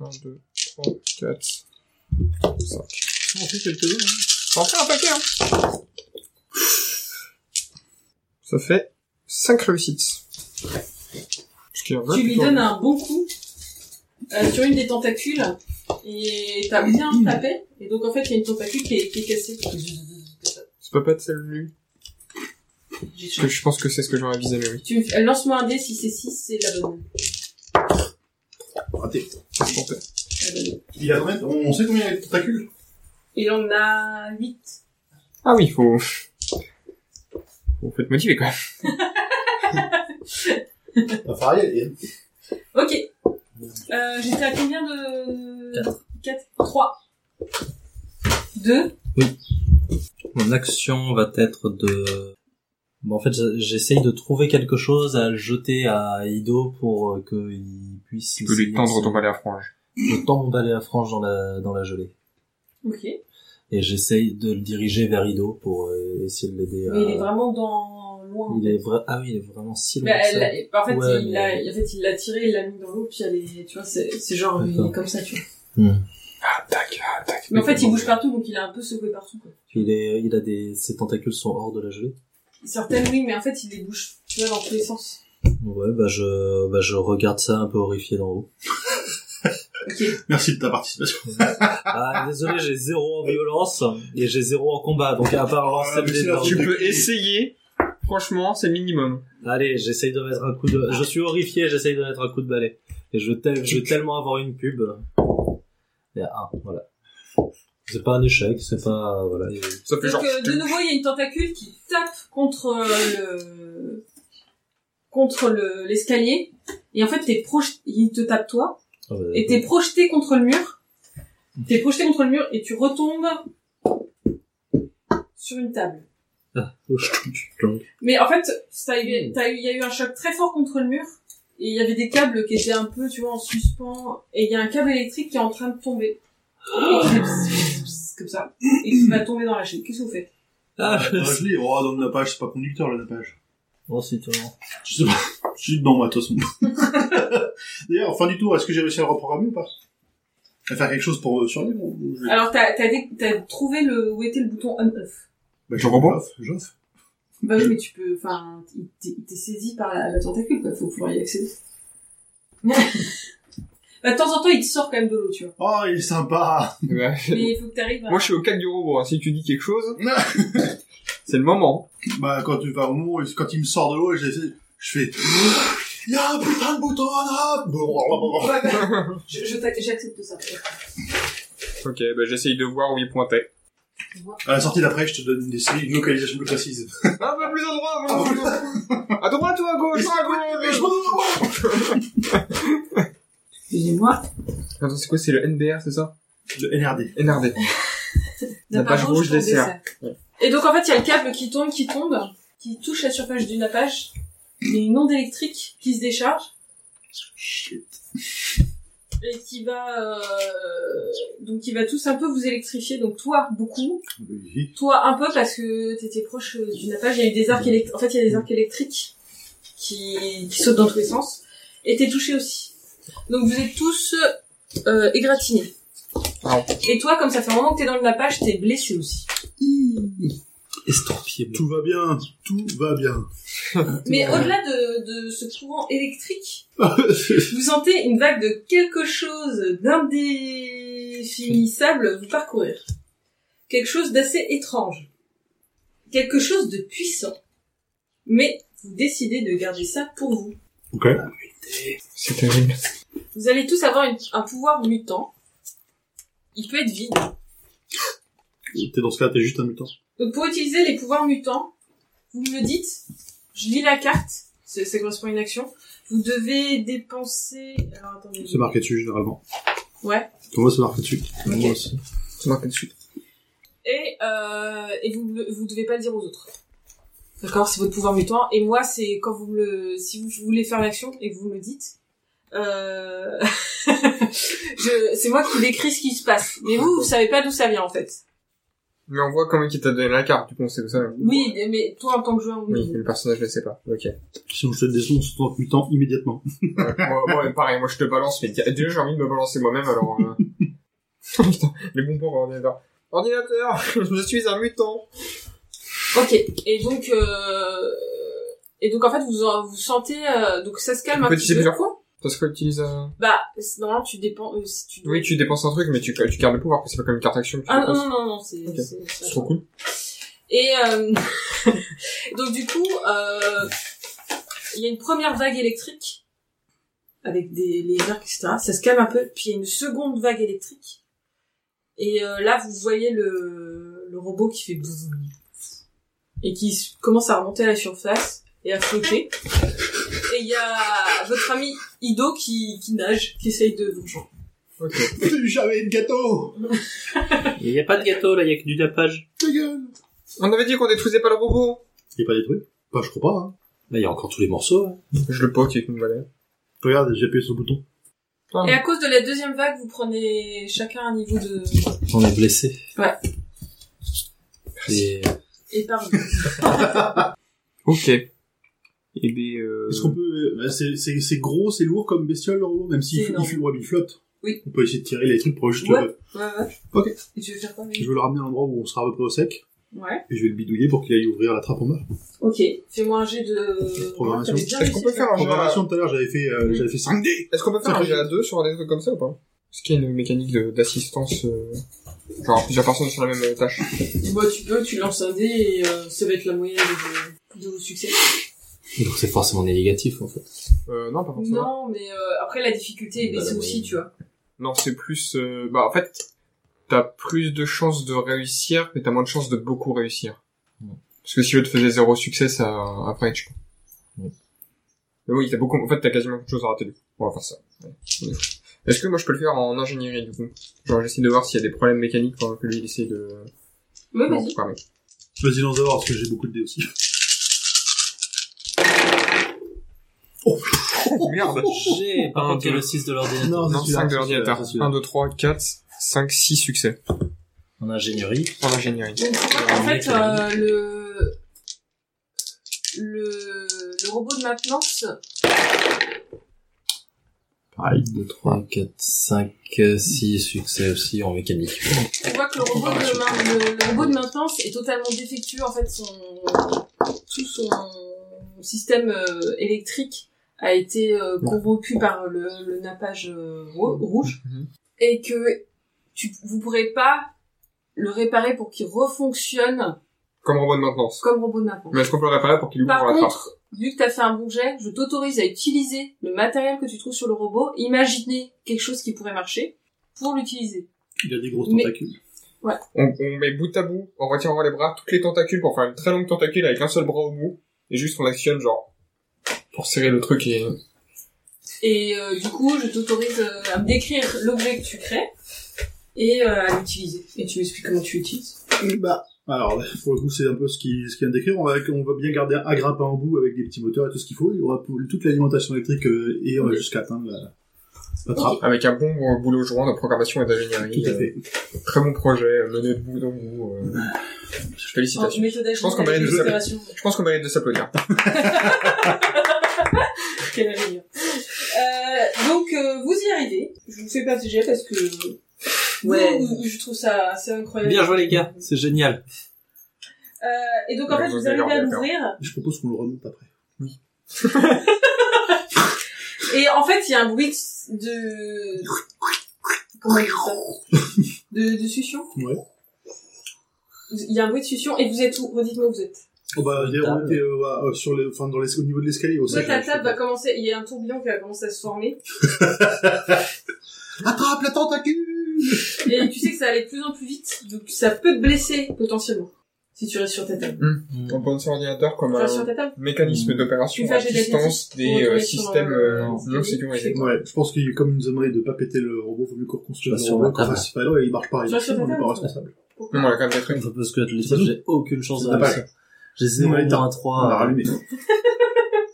D: 1, 2, 3, 4, 5.
E: On fait quelques-uns, hein.
D: J'en fais un paquet, hein. Ça fait 5 réussites. Parce qu'il y en a
C: Tu lui
D: plutôt-
C: donnes un bon coup, euh, sur une des tentacules, et t'as bien tapé, et donc en fait, il y a une tentacule qui est, qui est cassée.
D: C'est pas pas de celle-là.
C: J'ai
D: Parce que je pense que c'est ce que j'aurais visé, mais oui.
C: Tu me fais- lance-moi un dé, si c'est 6, c'est la bonne.
E: Raté.
D: Je tentais.
C: La bonne.
E: Il a combien de- On sait combien il y a de tentacules
C: Il en a 8.
D: Ah oui, faut... Faut faut être motivé, quoi.
E: La Fariel et
C: Ok. Euh, j'étais à combien de...
B: Quatre.
C: 4. 3. 2.
B: Mon action va être de... Bon, en fait, j'a- j'essaye de trouver quelque chose à jeter à Ido pour euh, qu'il puisse...
D: Tu peux lui
B: essayer
D: tendre
B: de-
D: ton balai à frange.
B: Je tends mon balai à frange dans la, dans la gelée.
C: Ok.
B: Et j'essaye de le diriger vers Ido pour euh, essayer de l'aider à...
C: Mais il est vraiment dans loin.
B: Il est vra- Ah oui, il est vraiment si loin
C: Bah,
B: que ça.
C: elle, l'a- en fait,
B: Ouais,
C: il
B: mais-
C: l'a, en fait, il l'a tiré, il l'a mis dans l'eau, puis elle est, tu vois, c'est, c'est genre, il est
B: D'accord.
C: comme ça, tu vois.
D: Ah, tac, ah, tac.
C: Mais en fait, il bouge partout, donc il est un peu secoué partout, quoi.
B: Il est, il a des, ses tentacules sont hors de la gelée.
C: Certaines, oui, mais en fait, il les bouge, tu vois, dans tous les sens.
B: Ouais, bah je, bah je regarde ça un peu horrifié d'en haut.
C: Ok.
E: Merci de ta participation.
B: Ah, désolé, j'ai zéro en violence et j'ai zéro en combat, donc à part lancer
E: Ah,
B: le
E: mais
B: dé
E: c'est la
B: de-
D: Tu peux essayer. Franchement, c'est le minimum.
B: Allez, j'essaye de mettre un coup de, je suis horrifié, j'essaye de mettre un coup de balai. Et je veux, tel- je veux tellement avoir une pub. Il y a un, voilà. C'est pas un échec, c'est pas, voilà.
D: Ça fait genre...
C: Donc, euh, de nouveau, il y a une tentacule qui tape contre euh, le contre le- l'escalier et en fait t'es projeté il te tape toi
B: Ah, bah,
C: et t'es projeté contre le mur t'es projeté contre le mur et tu retombes sur une table
B: oh, je tombe, je tombe.
C: mais en fait ça a eu- t'as eu- il y a eu un choc très fort contre le mur et il y avait des câbles qui étaient un peu tu vois en suspens et il y a un câble électrique qui est en train de tomber Et qui fait pss, pss, pss, comme ça et qui va tomber dans la chaîne qu'est-ce que vous faites
B: Ah,
E: Ah, je l'ai. Oh, dans le nappage, c'est pas conducteur le nappage.
B: bon, c'est étonnant.
E: Je sais pas. Je suis dedans, moi, de toute façon. D'ailleurs, fin du tour, est-ce que j'ai réussi à le reprogrammer ou pas À faire quelque chose pour euh, survivre ou-
D: Ah.
E: ou-
C: Alors, t'as, t'as, dé- t'as trouvé le, où était le bouton on-off.
E: Bah,
D: Je reprends.
E: j'offre, J'offre.
C: Bah oui, mais tu peux, enfin, il t'est, il t'est saisi par la, la tentacule, quoi. Faut pouvoir y accéder. bah, de temps en temps, il te sort quand même de l'eau, tu vois.
E: Oh, il est sympa
D: Eh ben,
C: Mais il faut que t'arrives à...
D: Moi, je suis au cadre du robot. hein. Si tu dis quelque chose,
E: Non.
D: c'est le moment.
E: Bah, quand, tu- enfin, au moment où il- quand il me sort de l'eau, j'ai fait- je fais... Il y a un putain de bouton en
C: Ouais, bah, je, je t'ac- j'accepte ça.
D: Ok, bah j'essaye de voir où il pointait.
E: À la sortie d'après, je te donne des une localisation plus précise.
D: Un peu plus à droite, un peu plus à droite. À droite ou à gauche À gauche
C: Excusez-moi.
D: Attends, c'est quoi C'est le NBR, c'est ça
E: Le NRD.
D: NRD. Nappage rouge
C: pour
D: dessert.
C: dessert. Et donc, en fait, il y a le câble qui tombe, qui tombe, qui touche la surface du nappage. Il y a une onde électrique qui se décharge.
E: Shit.
C: et qui va euh, donc il va tous un peu vous électrifier donc toi beaucoup
E: Oui.
C: toi un peu parce que t'étais proche euh, du nappage il y a eu des arcs électriques en fait il y a des arcs électriques qui, qui sautent dans tous les sens et t'es touché aussi donc vous êtes tous euh, égratignés
D: Ah.
C: et toi comme ça fait un moment que t'es dans le nappage t'es blessé aussi
B: Estorpié.
E: Tout va bien. Tout va bien.
C: mais au-delà de, de ce courant électrique vous sentez une vague de quelque chose d'indéfinissable vous parcourir. Quelque chose d'assez étrange. Quelque chose de puissant. Mais vous décidez de garder ça pour vous.
E: ok.
D: C'est terrible.
C: Vous allez tous avoir une- un pouvoir mutant. Il peut être vide.
E: T'es dans ce cas, t'es juste un mutant.
C: Donc pour utiliser les pouvoirs mutants, vous me le dites, je lis la carte, ça, ça correspond à une action. Vous devez dépenser... Alors attendez.
E: C'est marqué dessus, généralement.
C: Ouais.
E: Pour moi, c'est marqué dessus.
C: Ok.
E: Moi aussi.
D: C'est marqué dessus.
C: Et, euh, et vous me- vous devez pas le dire aux autres. D'accord, c'est votre pouvoir mutant. Et moi, c'est quand vous me le, si vous voulez faire l'action et que vous me le dites, euh... je, c'est moi qui décris ce qui se passe. Mais vous, vous savez pas d'où ça vient en fait.
D: Mais on voit comment il t'a donné la carte, du coup, c'est ça.
C: Oui, mais toi en tant que joueur,
D: Oui,
C: oui.
D: mais le personnage ne sait pas. Ok.
E: Si vous faites des sons, on se tant mutant immédiatement.
D: Ouais, moi, moi, pareil, moi je te balance, mais tiens, déjà j'ai envie de me balancer moi-même, alors... Euh... Oh, Putain, les bons points pour ordinateur. Ordinateur, je suis un mutant.
C: Ok. Et donc, euh... et donc en fait, vous en- vous sentez, euh, donc ça se calme
D: Tu
C: un
D: peux
C: petit
D: utiliser
C: peu.
D: plusieurs fois Ça se réutilise... euh,
C: Bah, c'est- normalement, tu dépends. euh, si tu dois-
D: Oui, tu dépenses un truc, mais tu, tu gardes le pouvoir, parce que c'est pas comme une carte action. que tu
C: Ah non
D: dépenses.
C: non non non, c'est.
D: Ok.
C: c'est-
D: C'est trop cool.
C: Et euh, donc du coup, euh, il y a une première vague électrique avec des les arcs, etc. Ça se calme un peu. Puis il y a une seconde vague électrique. Et euh, là, vous voyez le, le robot qui fait boum et qui s- commence à remonter à la surface et à flotter. Et il y a votre ami Ido qui, qui nage, qui essaye de vous rejoindre.
E: Plus jamais de gâteau
B: Il n'y a pas de gâteau là, il y a que du tapage.
E: Ta gueule
D: On avait dit qu'on détruisait pas le robot.
E: Il est pas détruit Pas, je crois pas. Hein.
B: Là, il y a encore tous les morceaux. hein.
D: Je le poque avec une valère.
E: Regarde, j'ai appuyé sur le bouton.
D: Ah.
C: Et à cause de la deuxième vague, vous prenez chacun un niveau de...
B: On est blessé.
C: Ouais.
B: Et...
C: Et par-
D: Ok. Et bien, euh...
E: Est-ce qu'on peut... euh, C'est c'est- c'est gros, c'est lourd comme bestiole, le robot, même s'il
C: C'est
E: fl- il
C: énorme.
E: fl- ouais, mais il flotte.
C: Oui.
E: On peut essayer de tirer les trucs pour juste
C: Ouais.
E: le...
C: Ouais, ouais.
E: Ok.
C: Et tu veux faire quoi,
E: Je
C: Mélanie
E: veux le ramener à un endroit où on sera à peu près au sec,
C: Ouais.
E: et je vais le bidouiller pour qu'il aille ouvrir la trappe en bas.
C: Ok. Fais-moi un jet de...
E: Programmation.
C: T'avais bien
D: Est-ce qu'on
C: réussi
D: peut
C: ça.
D: faire un jeu à...
E: Programmation, tout à l'heure, j'avais fait, euh,
C: Mm.
E: j'avais fait 5D
D: Est-ce qu'on peut faire
E: Ça
D: un
E: peut
D: jeu à deux sur des trucs comme ça ou pas Est-ce qu'il y a une mécanique de- d'assistance euh... Genre plusieurs personnes sur la même euh, tâche.
C: Bah, tu peux, tu lances un dé et euh, ça va être la moyenne de, de vos succès.
B: euh, Donc c'est forcément négatif en fait.
D: Euh, non, pas forcément.
C: Non, mais euh, après la difficulté est
B: Bah, la
C: baissée aussi,
B: moyenne.
C: tu vois.
D: Non, c'est plus... euh, Bah, en fait, t'as plus de chances de réussir, mais t'as moins de chances de beaucoup réussir. Parce que si l'autre faisait zéro succès, ça... Après, tu...
B: Ouais.
D: Mais oui, t'as beaucoup... En fait, t'as quasiment quelque chose à rater, du coup. On va faire ça. Ouais. Est-ce que moi, je peux le faire en ingénierie, du coup Genre, j'essaie de voir s'il y a des problèmes mécaniques pendant que lui, il essaie de...
C: Ouais,
D: Non,
C: vas-y.
D: pardon.
E: Vas-y, lance d'abord, parce que j'ai beaucoup de dés aussi. Oh,
D: Merde
B: J'ai par contre il y a le 6 de l'ordinateur.
E: Non,
D: Non,
E: celui-là,
D: 5 de
E: c'est
D: l'ordinateur.
E: celui-là, c'est
D: 1,
E: celui-là.
D: 2, 3, 4, 5, 6 succès
B: En ingénierie.
D: en ingénierie.
C: Donc, tu vois, en
B: Ouais,
C: fait,
B: la
C: euh, le... le... Le robot de maintenance,
B: 2, 3, 4, 5, 6 succès aussi en mécanique.
C: tu vois que le robot de, main- le- le robot de maintenance est totalement défectueux. En fait, son... tout son système euh, électrique a été euh, corrompu par le, le nappage euh, rou- rouge. et que tu, vous pourrez pas le réparer pour qu'il refonctionne
D: Comme robot de maintenance.
C: comme robot de maintenance.
D: Mais est-ce qu'on peut le réparer pour qu'il ouvre
C: Par
D: la porte
C: contre, vu que t'as fait un bon jet, je t'autorise à utiliser le matériel que tu trouves sur le robot, imaginer quelque chose qui pourrait marcher pour l'utiliser.
E: Il a des grosses
C: Mais-
E: tentacules.
D: on, on met bout à bout, on retire en bas les bras, toutes les tentacules pour faire une très longue tentacule avec un seul bras au bout, et juste on actionne genre pour serrer le truc et...
C: Et euh, du coup, je t'autorise euh, à me décrire l'objet que tu crées et euh, à l'utiliser. Et tu m'expliques comment tu l'utilises.
E: Bah, alors, là, pour le coup, c'est un peu ce qu'il ce qu'il vient de décrire. On va, on va bien garder un grappin en bout avec des petits moteurs et tout ce qu'il faut. Il y aura pour- toute l'alimentation électrique euh, et on va jusqu'à atteindre la, la trappe.
D: Avec un bon euh, boulot joint de programmation et d'ingénierie.
E: Tout à
D: euh,
E: fait.
D: très bon projet, euh, mené de bout en bout. euh,
C: En
D: Félicitations.
C: méthode
D: Je pense qu'on va aller nous
C: d'opération.
D: Je pense qu'on mérite de s'applaudir.
E: Ah.
C: Quelle ingénieure. Euh, donc euh, vous y arrivez. Je vous fais pas de jet parce que
A: Ouais.
C: Vous, je trouve ça assez incroyable.
B: Bien joué les gars, c'est génial.
C: Euh, et donc en
D: Ouais,
C: fait vous
D: vous
C: arrivez
D: avez
C: à
D: l'air de
C: l'ouvrir
E: Je propose qu'on le remonte après.
C: et en fait il y a un bruit de comment on dit ça de, de succion.
E: Ouais.
C: Il y a un bruit de succion et vous êtes où Redites-moi où vous êtes.
E: Oh, bah,
B: Sur la
E: on
B: table.
E: était euh, bah, euh, sur les, enfin, dans les, au niveau de l'escalier. au euh,
C: Vous êtes
E: sec,
C: la
E: je sais
C: table
E: pas.
C: va commencer. Il y a un tourbillon qui va commencer à se former
E: Attrape la tentacule
C: et tu sais que ça allait de plus en plus vite donc ça peut te blesser potentiellement si tu restes sur ta table.
B: Mm.
D: On pense ordinateur comme
E: Bah,
C: Tu
D: un
C: restes sur ta table.
E: Mm.
D: mécanisme
C: Tu
D: d'opération
C: fais
D: à
C: un jet
D: distance
C: d'athlétisme
D: des
C: pour
D: euh,
C: retourner sur,
D: systèmes
C: euh,
D: euh, non sécurisés.
E: Ouais, je pense qu'il, comme il nous a demandé de pas péter le robot, il faut mieux qu'on reconstruise
B: Pas
E: le
B: sur
E: robot,
B: la
E: qu'on
B: table.
E: fasse pas là, et il marche pas, il
C: Pas
E: marche
C: sur
E: pas,
C: la
E: on n'est
C: table.
E: pas responsable.
C: Pourquoi
D: Non, on a quand même des trucs.
B: Je peux que les
E: C'est tout.
B: j'ai aucune chance de
E: C'est pas
B: réussir. J'ai 0
E: On a éteint.
B: à
E: On a
B: 3.
E: rallumé. Ah,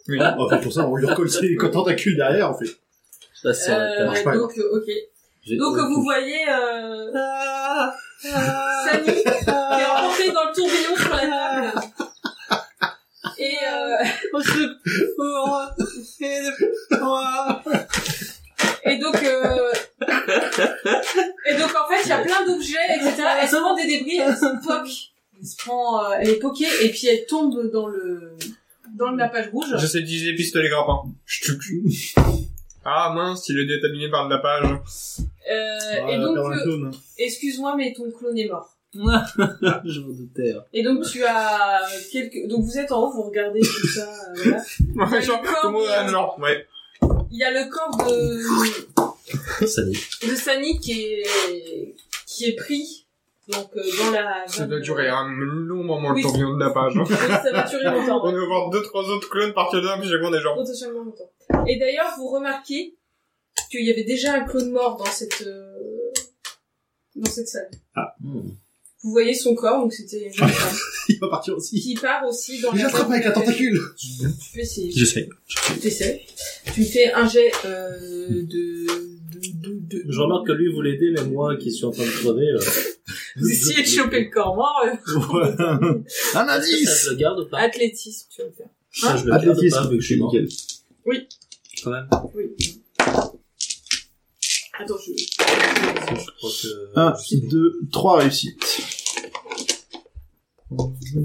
D: Oui.
E: En fait, pour ça, on lui recolle ses tentacules derrière, en fait.
B: Je passe sur la
C: Euh,
B: table.
E: marche pas,
C: donc, euh, ok.
B: J'ai
C: Donc, euh,
B: aucune- Ah
C: vous voyez euh, Samy qui est emporté dans le tourbillon sur la table. Et euh, et donc euh, et donc en fait il y a plein d'objets etc. Elle se prend des débris, elle se poque, elle se prend, euh, elle est poquée et puis elle tombe dans le dans le nappage rouge.
D: J'essaie d'utiliser pistolet grappin. Ch'tuc. Ah mince, il est déterminé par le lapage.
C: Euh, et donc euh, excuse-moi mais euh, ton clone est mort.
B: je m'en doutais. hein.
C: Et donc tu as quelques... Donc vous êtes en haut, vous regardez tout ça. euh, voilà.
D: Ouais, genre,
C: Comme-
D: comment, euh, genre, ouais.
C: Il y a le corps de,
B: Ça nique.
C: de Sani qui est, qui est pris donc, euh, dans la...
D: Ça doit durer un long moment le
C: Oui.
D: temps qu'on n'a pas, genre.
C: Oui, ça va durer longtemps.
D: On va voir deux, trois autres clones partir d'un, puis seconde, est genre,
C: Potentiellement longtemps. Et d'ailleurs, vous remarquez qu'il y avait déjà un clone mort dans cette euh, dans cette salle.
B: Hmm.
C: Vous voyez son corps, donc c'était une femme
E: Il va partir aussi.
C: qui part aussi dans
E: Je
C: la.
E: l'attrape avec la tentacule.
C: Tu peux essayer.
B: J'essaye.
C: T'essaies. Tu me fais un jet euh, de, de, de, de-
B: Je remarque que lui voulait aider, mais moi qui suis en train de crever. euh,
C: Vous essayez de choper le corps mort. euh,
E: Un
B: Est-ce que ça,
E: indice
B: je le garde ou pas
C: athlétisme, tu vas le faire.
B: Ça, je le garde ou pas,
E: Ah, Athlétisme,
B: vu que je suis mort
E: nickel.
B: quand même
C: Oui. Attends, je.
B: Parce que je crois que...
E: 1, 2, 3 réussites.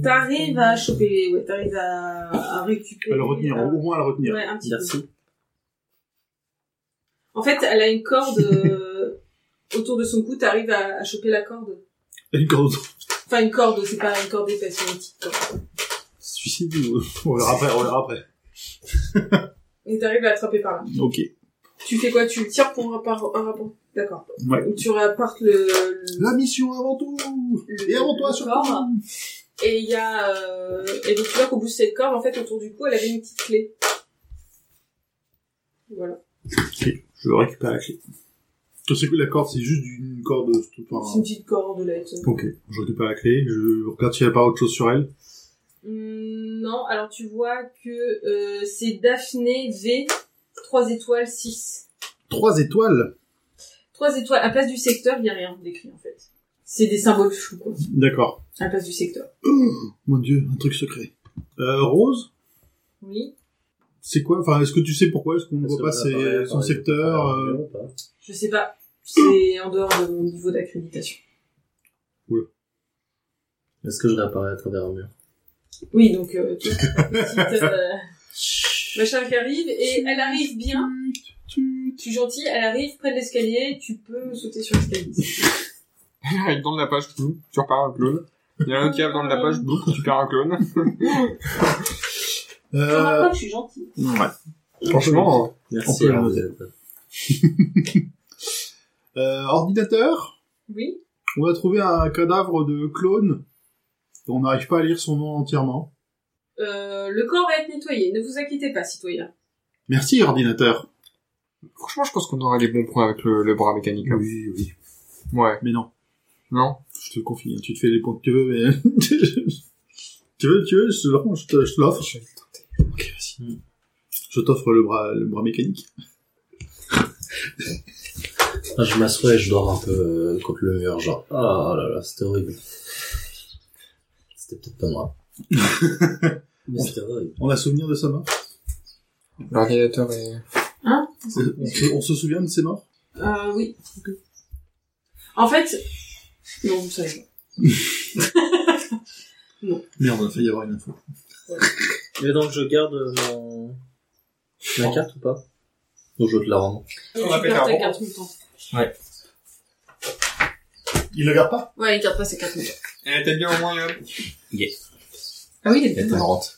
C: T'arrives à choper, ouais, t'arrives à, à récupérer.
E: À le retenir,
C: à-
E: au moins à le retenir.
C: Ouais, un petit peu.
B: Merci.
C: En fait, elle a une corde euh, autour de son cou, t'arrives à, à choper la corde.
E: Une corde autour.
C: Enfin, une corde, c'est pas une corde épaisse, c'est une petite corde.
E: Suicide ou... On verra après, on verra après.
C: Et t'arrives à l'attraper par là.
E: Ok.
C: Tu fais quoi Tu le tires pour un, par- un rapport D'accord.
E: Ouais.
C: Donc, tu rapportes le... le-
E: La mission avant tout
C: le-
E: Et avant toi,
C: le
E: surtout
C: corps. Et il y a... euh, Et donc, tu vois qu'au bout de cette corde, en fait, autour du cou, elle avait une petite clé. Voilà.
E: Je le récupère la clé. Tu sais que la corde, c'est juste une corde... euh, c'est tout
C: C'est
E: un-
C: une petite cordelette.
E: Ok, je récupère la clé, je regarde s'il n'y a pas autre chose sur elle.
C: Hum, non, alors tu vois que euh, c'est Daphné V, 3 étoiles 6.
E: Trois étoiles
C: 3 étoiles, à place du secteur, il y a rien d'écrit en fait. C'est des symboles flous quoi,
E: D'accord.
C: à place du secteur.
E: Mon dieu, un truc secret. Euh, Rose
C: Oui,
E: C'est quoi Enfin, est-ce que tu sais pourquoi Est-ce qu'on ne
B: Parce
E: voit
B: que
E: pas
B: là,
E: ses-
B: pareil,
E: son
B: pareil,
E: secteur
B: pareil,
E: euh,
B: ou pas
C: je sais pas, c'est en dehors de mon niveau d'accréditation.
B: Est-ce que je réapparais à travers un mur
C: Oui, donc euh, toi, ta petite, euh, machin qui arrive, et elle arrive bien,
E: tu-
C: je suis gentille, elle arrive près de l'escalier, tu peux sauter sur l'escalier.
D: il dans le lapage, boum, tu repars un clone. Il y a un autre qui arrive dans le lapage, boum, tu perds un clone.
C: Je remarque
E: Euh...
C: pas que je suis gentille.
E: Ouais.
D: Franchement, hein.
E: On
B: Merci.
E: peut
B: hein,
E: le
B: vous êtes-
E: Euh, ordinateur
C: Oui,
E: On a trouvé un cadavre de clone. On n'arrive pas à lire son nom entièrement.
C: euh, le corps va être nettoyé, ne vous inquiétez pas, citoyens.
E: Merci, ordinateur.
D: franchement, je pense qu'on aura les bons points avec le, le bras mécanique. là.
E: Oui, oui.
D: Ouais.
E: Mais non,
D: Non
E: je te le confie. hein, Tu te fais les points que tu veux, mais... tu veux, tu veux, je te l'offre, je te- je te l'offre. Ok, vas-y. Je t'offre le bras, le bras mécanique.
B: Ah, je m'assois et je dors un peu euh, contre le mur, genre, ah là là, c'était horrible. C'était peut-être pas moi. Mais c'était horrible.
E: On a souvenir de sa mort
D: L'ordinateur est...
E: C'est- on, se- on se souvient de ses morts
C: Euh, oui. En fait, non, vous savez pas.
E: Merde, on a failli avoir une info.
B: Mais donc, je garde euh, mon... ma carte ou pas Ou je te la rends
D: On
C: Tu
D: appelle
C: perds ta
D: un
C: carte tout le temps.
E: Il le garde pas
C: Ouais, il garde pas ses cartes tout le temps.
D: Elle était Eh, bien au moins, hein. Yann.
C: Ah oui, il est bien.
B: marrante.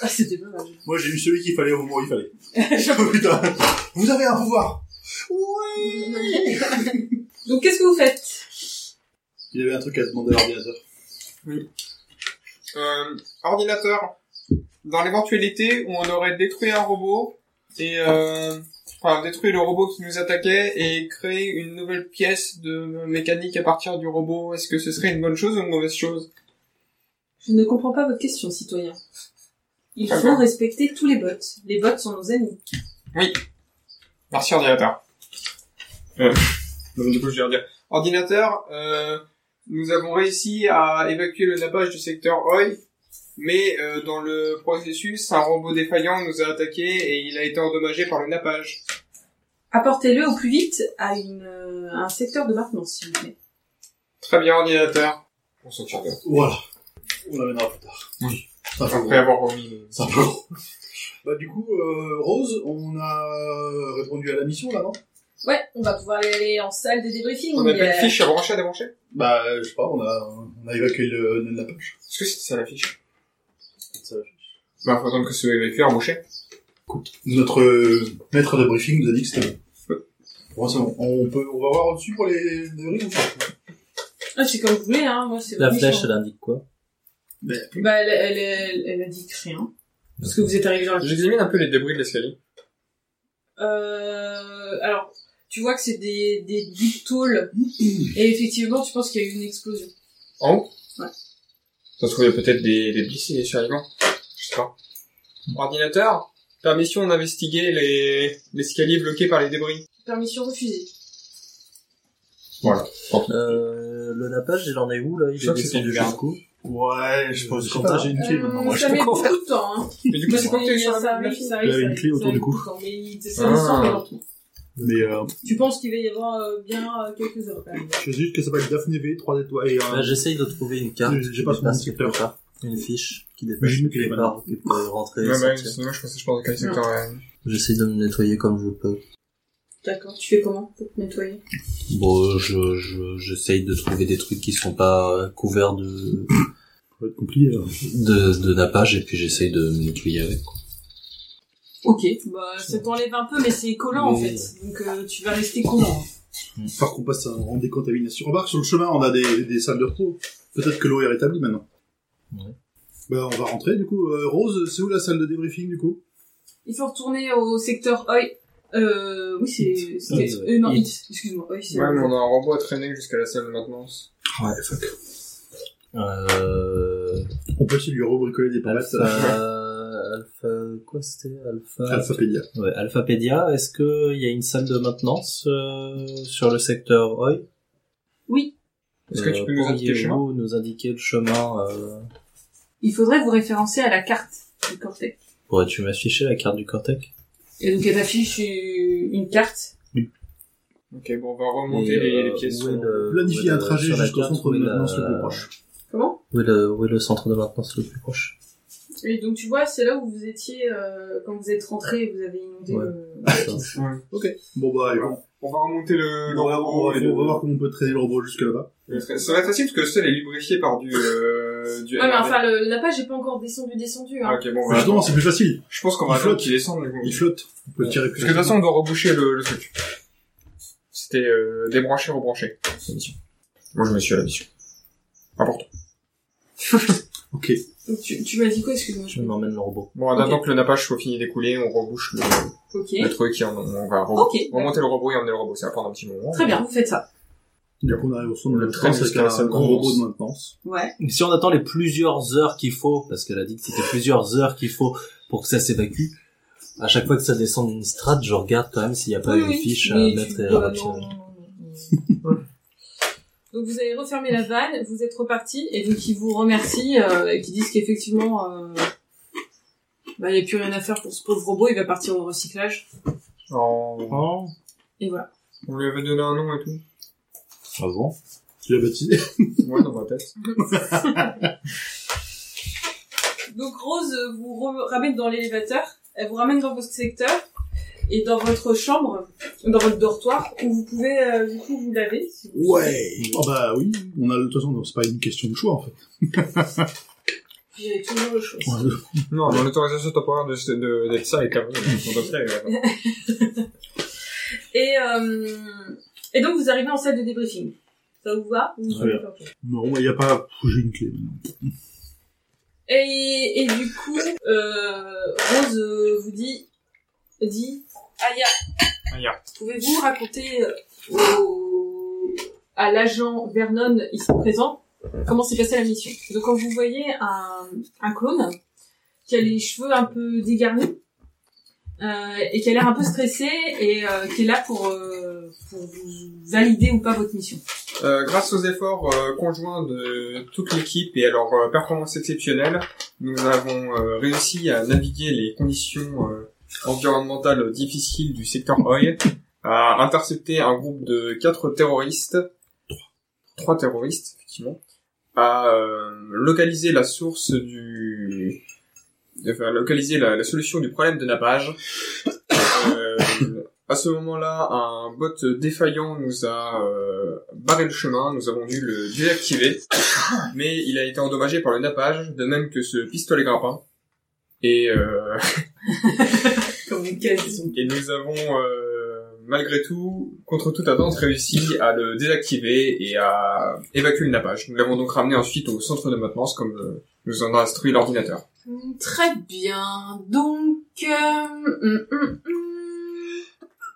C: Ah, c'était pas mal.
E: Moi, j'ai eu celui qu'il fallait au moment où il fallait.
C: Je-
E: Oh putain Vous avez un pouvoir
C: Donc, qu'est-ce que vous faites
E: Il avait un truc à demander à l'ordinateur.
D: Euh, ordinateur. Dans l'éventualité où on aurait détruit un robot et euh, enfin détruit le robot qui nous attaquait et créé une nouvelle pièce de mécanique à partir du robot, est-ce que ce serait une bonne chose ou une mauvaise chose
C: Je ne comprends pas votre question, citoyen. Il faut
D: D'accord.
C: respecter tous les bots. Les bots sont nos amis.
D: Merci ordinateur. Euh, donc, du coup, je vais redire. Ordinateur, euh, nous avons réussi à évacuer le nappage du secteur OI, mais euh, dans le processus, un robot défaillant nous a attaqué et il a été endommagé par le nappage.
C: Apportez-le au plus vite à une, euh, un secteur de maintenance, s'il vous plaît.
D: Très bien, ordinateur. On s'en tire bien.
E: Voilà. On l'amènera plus tard.
D: Oui.
E: Ça fait
D: Après avoir remis le...
E: Ça fait gros. Bah du coup, euh, Rose, on a répondu à la mission là, non
C: Ouais, on va pouvoir aller, aller en salle des débriefings.
D: On a plein de
C: euh,
D: fiches à brancher, à débrancher
E: Bah, euh, je sais pas, on a, on a évacué le, le- la poche.
D: Est-ce que c'est ça la fiche Bah, faut attendre que ce évacué embauché.
E: Notre euh, maître de briefing nous a dit que c'était bon. Bon, c'est bon. On peut, on va voir au-dessus pour les débris ou pas
C: Ah, c'est comme vous voulez, hein. Moi, c'est
B: La
C: votre
B: flèche,
C: mission.
B: elle indique quoi
C: Bah, elle, elle, elle, elle a dit rien. Parce que vous êtes arrivé dans la
D: J'examine un peu les débris de l'escalier.
C: Euh, alors, tu vois que c'est des, des doubles tôles. Et effectivement, tu penses qu'il y a eu une explosion.
D: En haut
C: Ouais.
D: Ça se trouve, il y a peut-être des, des blessés, des survivants. Je sais pas. Ordinateur Permission d'investiguer les, l'escalier bloqué par les débris.
C: Permission refusée.
B: Euh, le lapage, il en est où, là
D: Je
B: Il
D: crois
B: est
D: que c'est
B: descendu
D: du garde.
B: jusqu'où
E: Ouais,
B: je pense
E: qu'on
B: pas.
E: j'ai une
C: Euh, ça met beaucoup de temps, hein.
D: Mais du coup, c'est quoi que t'as eu sur
C: ça
D: la la
C: arrive,
D: fiche
C: ça arrive,
E: Il avait
C: ça
E: une clé
C: arrive,
E: autour
C: ça arrive
E: du cou.
C: tout le temps, Mais il- ça descend
D: Ah.
C: très lentement.
E: Mais euh,
C: Tu penses qu'il va y avoir euh, bien euh, quelques heures quand même.
E: je sais juste que ça va être Daphné V, 3 étoiles et
B: Bah,
E: euh,
B: J'essaye de trouver une carte
E: J'ai- j'ai
B: qui
E: pas trouvé
B: dépasse
E: mon
B: quelque
E: secteur.
B: part. Une fiche qui
E: Mais
B: dépasse
E: j'ai mis qu'il est
B: quelque part, qui peut rentrer et
D: Ouais, bah,
B: sortir.
D: c'est moi, je pensais, je pensais qu'elle était
C: Non.
D: quand même.
B: J'essaye de me nettoyer comme je peux.
C: D'accord. Tu fais comment pour te nettoyer
B: Bon, je, je, j'essaye de trouver des trucs qui sont pas couverts de,
E: ça va être compliqué. hein.
B: de, de nappage et puis j'essaye de me nettoyer avec. quoi.
C: Ok. Bah, ça t'enlève un peu, mais c'est collant en
B: Mais-
C: fait. Donc euh, tu vas rester collant.
E: Par contre, on passe en décontamination. Remarque, sur le chemin, on a des, des salles de repos. Peut-être que l'eau est rétablie maintenant.
B: Ouais.
E: Bah, on va rentrer, du coup. Euh, Rose, c'est où la salle de débriefing, du coup
C: Il faut retourner au secteur Oi. Euh, oui, c'est, c'est,
B: Hit.
C: euh, non,
B: Hit.
C: Hit. Excuse-moi. Oi, c'est,
D: Ouais, mais on a un robot à traîner jusqu'à la salle de maintenance.
E: Ouais, fuck.
B: Euh,
E: On peut essayer de lui rebricoler des palettes. euh,
B: alpha, alpha, quoi c'était? Alpha,
E: Alphapédia.
B: ouais, Alphapédia. Est-ce que il y a une salle de maintenance, euh, sur le secteur Oi?
C: Oui.
D: Est-ce que tu peux
B: Euh,
D: nous indiquer le chemin
B: pourriez-vous nous indiquer le chemin, euh,
C: Il faudrait vous référencer à la carte du cortex.
B: pourrais-tu m'afficher la carte du cortex?
C: Et donc elle affiche une une carte.
D: Ok, bon, on va remonter les,
B: Euh,
D: les pièces. sur-
E: Planifier un trajet jusqu'au centre de maintenance le
B: le
E: plus proche.
C: Comment
B: Où est le, où est le centre de maintenance le plus proche
C: Et donc tu vois, c'est là où vous étiez euh, quand vous êtes rentré, vous avez inondé
B: Ouais.
C: le.
D: Ouais.
E: Bon, bah, allez,
D: Ouais.
E: on,
D: On va remonter le, le
E: on va, on
D: robot.
E: va-
D: Euh, et le-
E: on va voir comment on peut traîner le robot jusque là-bas.
D: le tra- Ça va être facile parce que le sol est lubrifié par du, euh, du
C: Ouais, mais
D: NRV.
C: enfin, le, la page est pas encore descendu, descendu.
D: Ah,
C: Hein.
D: ok, bon,
E: Mais
D: voilà.
E: Justement, c'est plus facile.
D: Je pense qu'on va
E: Il
D: attendre
E: flotte.
D: qu'il descende. le robot.
E: Il flotte. On peut le tirer plus
D: Parce que de toute façon, on doit reboucher le, le truc. C'était euh, débrancher, rebrancher. La mission. Moi, je me suis à la mission. Important.
E: Ok.
C: Donc tu, tu m'as dit quoi, excuse-moi.
B: Je
C: Je...
B: m'emmène le robot.
D: Bon, en
C: Ok.
D: attendant que le nappage soit fini d'écouler, on rebouche le,
C: Ok.
D: le truc et on, on va re-
C: Ok.
D: remonter le robot et emmener le robot. Ça va prendre un petit moment.
C: Très bien, vous faites ça.
E: Du coup, on arrive au centre de
D: Le train
E: maintenance avec
D: jusqu'à la salle
E: un
D: de
E: grand robot de
D: maintenance.
E: maintenance.
C: Ouais.
B: Si on attend les plusieurs heures qu'il faut, parce qu'elle a dit que c'était plusieurs heures qu'il faut pour que ça s'évacue, à chaque fois que ça descend d'une strate, je regarde quand même s'il n'y a pas
C: Oui,
B: une
C: oui.
B: fiche à
C: Mais
B: mettre
C: tu-
B: et à
C: euh,
B: retirer.
C: non, non, non, non, non. Donc vous avez refermé la vanne, vous êtes reparti, et donc ils vous remercient, euh, et qui disent qu'effectivement, euh, bah, il n'y a plus rien à faire pour ce pauvre robot, il va partir au recyclage.
D: On...
C: Et voilà.
D: on lui avait donné un nom et tout.
B: Ah bon
E: Tu l'as baptisé
D: Ouais, dans ma tête.
C: Donc Rose euh, vous re- ramène dans l'élévateur, elle vous ramène dans votre secteur, et dans votre chambre, dans votre dortoir, où vous pouvez euh, du coup vous laver. si vous
E: Ouais. Oh bah oui, on a le de toute façon, non, c'est pas une question de choix en fait.
C: Vous avez toujours le choix.
D: Non, dans l'autorisation temporaire de, de, d'être ça avec la On doit se laver, maintenant.
C: Et, euh, et donc vous arrivez en salle de débriefing. Ça vous va Vous
E: Très bien.
C: Ok.
E: Non, il y a pas. J'ai une clé. maintenant.
C: Et, et du coup, euh, Rose euh, vous dit, dit, Aya,
D: Aya.
C: pouvez-vous raconter euh, au- à l'agent Vernon ici présent comment s'est passée la mission Donc quand vous voyez un, un clone qui a les cheveux un peu dégarnis euh, et qui a l'air un peu stressé et euh, qui est là pour, euh, pour vous valider ou pas votre mission.
D: Euh, grâce aux efforts euh, conjoints de toute l'équipe et à leur euh, performance exceptionnelle, nous avons euh, réussi à naviguer les conditions euh, environnementales difficiles du secteur oil, à intercepter un groupe de quatre terroristes, trois terroristes effectivement, à euh, localiser la source du, enfin, localiser la, la solution du problème de nappage, euh, Euh, à ce moment-là, un bot défaillant nous a euh, barré le chemin, nous avons dû le désactiver, mais il a été endommagé par le nappage, de même que ce pistolet grappin. Et, euh,
C: Comme une caisse.
D: et nous avons, euh, malgré tout, contre toute attente, réussi à le désactiver et à évacuer le nappage. Nous l'avons donc ramené ensuite au centre de maintenance, comme euh, nous en a instruit l'ordinateur.
C: Hmm, Très bien. Donc, euh, hmm, hmm,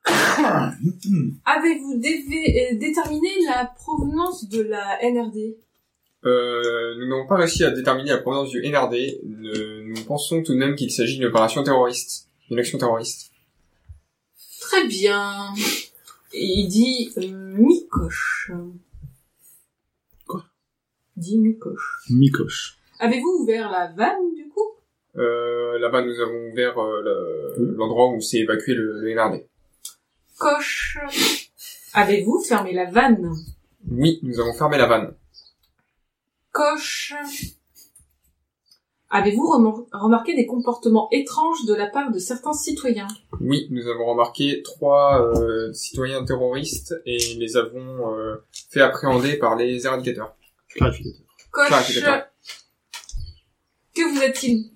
C: hmm. avez-vous dévé- euh, déterminé la provenance de la NRD
D: Euh, nous n'avons pas réussi à déterminer la provenance du NRD. Ne- nous pensons tout de même qu'il s'agit d'une opération terroriste, d'une action terroriste.
C: Très bien. Et il dit euh, Micoche.
E: Quoi
C: Dit Micoche.
E: Micoche.
C: Avez-vous ouvert la vanne du coup
D: Euh, Là-bas, nous avons ouvert euh, le- l'endroit où s'est évacué le, le NRD.
C: Coche. Avez-vous fermé la vanne
D: Oui, nous avons fermé la vanne.
C: Coche. Avez-vous remor- remarqué des comportements étranges de la part de certains citoyens
D: Oui, nous avons remarqué trois euh, citoyens terroristes et les avons euh, fait appréhender par les éradicateurs.
E: Clarificateur.
D: Claire,
C: Coche.
D: c'est clair.
C: Que vous a-t-il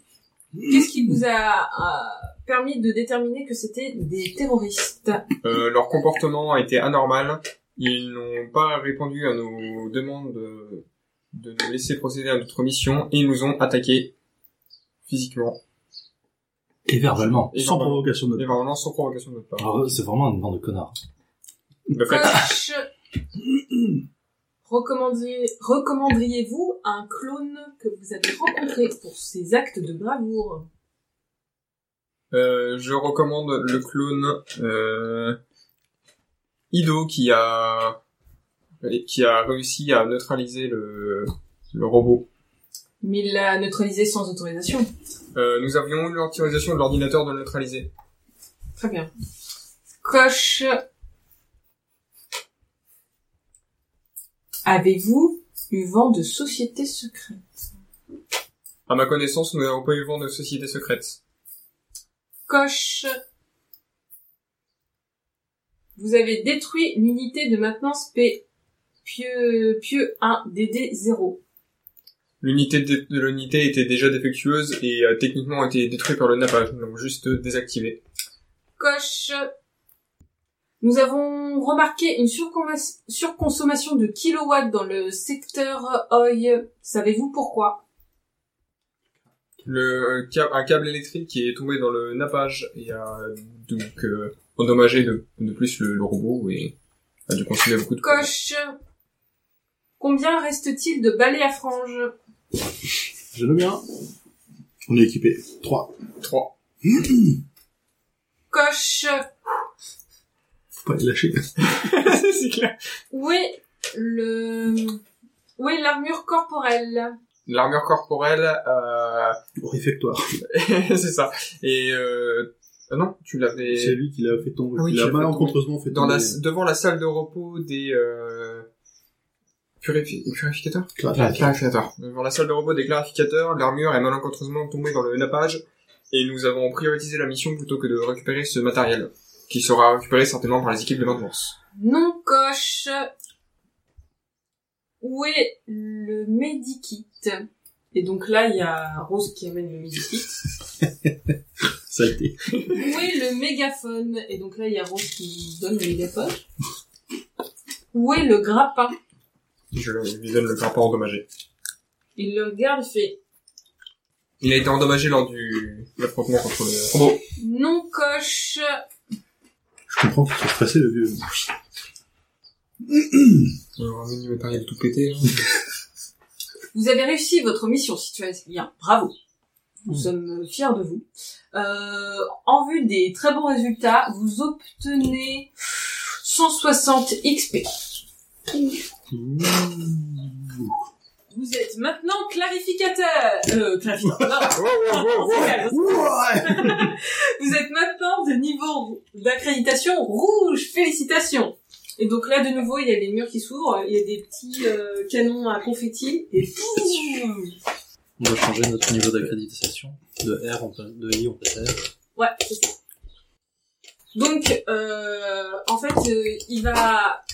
C: Qu'est-ce qui vous a euh, permis de déterminer que c'était des terroristes
D: Euh, leur comportement a été anormal. Ils n'ont pas répondu à nos demandes de, de nous laisser procéder à notre mission et ils nous ont attaqués physiquement
B: Et verbalement.
D: Et
E: Sans
D: verbalement.
E: provocation de
D: et vraiment sans provocation de notre part.
B: Alors, C'est vraiment une bande de connards.
D: De fait,
C: Coche. Recommandez- Recommanderiez-vous un clone que vous avez rencontré pour ses actes de bravoure
D: Euh, je recommande le clone euh, Ido qui a et qui a réussi à neutraliser le, le robot.
C: Mais il l'a neutralisé sans autorisation.
D: Euh, nous avions eu l'autorisation de l'ordinateur de le neutraliser.
C: Très bien. Coche. Avez-vous eu vent de sociétés secrètes
D: À ma connaissance, nous n'avons pas eu vent de société secrète.
C: Coche. Vous avez détruit l'unité de maintenance P. Pieux, pieux 1 DD 0.
D: L'unité dé- de l'unité était déjà défectueuse et a techniquement été détruite par le nappage. Nous l'avons juste désactivé.
C: Coche. Nous avons remarqué une surconvas- surconsommation de kilowatts dans le secteur OI. Savez-vous pourquoi
D: Le câ- un câble électrique qui est tombé dans le nappage et a donc euh, endommagé de, de plus le, le robot et a dû consommer beaucoup de
C: Coche. Combien reste-t-il de balais à franges
E: Je le
B: hein.
E: bien. On est équipé. 3.
D: 3.
C: Coche.
E: Faut pas les lâcher.
D: c'est clair.
C: Où est le... Où est l'armure corporelle
D: L'armure corporelle, euh...
E: Au réfectoire.
D: c'est ça. Et euh... ah non, tu
E: C'est
D: l'avais
E: lui qui l'a fait tomber.
D: Ah oui,
E: il
D: qui
E: a
D: l'a fait
E: malencontreusement fait
D: dans
E: tomber.
D: la devant la salle de repos des euh... purifi- purificateurs.
E: Clarificateur.
D: Clarificateurs. Devant la salle de repos des clarificateurs, l'armure est malencontreusement tombée dans le nappage et nous avons prioritisé la mission plutôt que de récupérer ce matériel qui sera récupéré certainement par les équipes de maintenance.
C: Non, coche. Où est le medikit Et donc là, il y a Rose qui amène le medikit.
E: Ça a été.
C: Où est le mégaphone Et donc là, il y a Rose qui donne le mégaphone. Où est le grappin
D: Je lui donne le rapport endommagé.
C: Il le regarde, il fait
D: Il a été endommagé lors du l'affrontement contre le robot.
C: non coche.
E: Je comprends qu'il soit stressé, le vieux.
D: Alors, un mini matériel tout pété. hein.
C: Vous avez réussi votre mission, citoyen. Bravo. Nous sommes fiers de vous. Euh, en vue des très bons résultats, vous obtenez 160 XP. Vous êtes maintenant clarificateur. Euh, clarificateur. Non,
D: Wow, wow, wow, wow.
C: c'est calme. Vous êtes maintenant de niveau d'accréditation rouge. Félicitations. Et donc là, de nouveau, il y a des murs qui s'ouvrent, il y a des petits euh, canons à confetti et
B: On doit changer notre niveau d'accréditation. De R, on peut, de I, on peut
C: ouais, c'est ça. Donc, euh, en fait, euh, il va,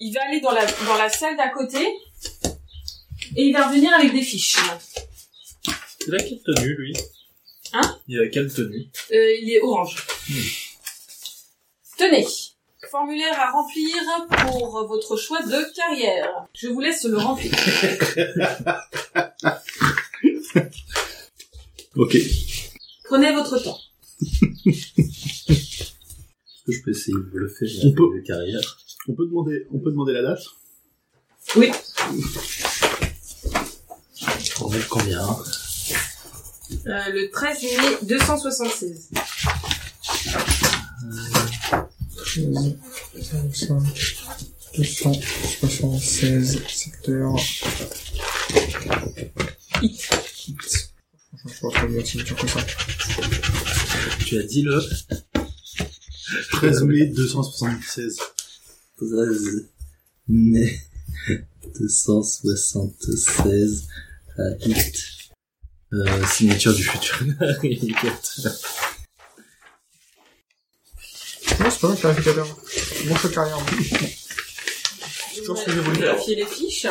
C: il va aller dans la dans la salle d'à côté et il va revenir avec des fiches.
B: Il a quelle tenue, lui
C: Hein
B: Il a quelle tenue
C: Euh, il est orange. Tenez, formulaire à remplir pour votre choix de carrière. Je vous laisse le remplir.
E: Ok.
C: Prenez votre temps.
B: Est-ce que je peux essayer de bluffer
E: On peut.
B: de carrière
E: On peut demander, on peut demander la date.
B: On met combien hein
C: Euh, le 13 mai 276.
D: secteur. Franchement, je pense pas que comme ça.
B: Tu as dit le
E: 13 mai 276.
B: 13 mai 276 à 8. Euh, signature du futur.
D: Non, c'est pas mal, clarificateur. Bon choix de carrière. moi.
C: Je
D: toujours ce que j'ai voulu faire.
C: les fiches.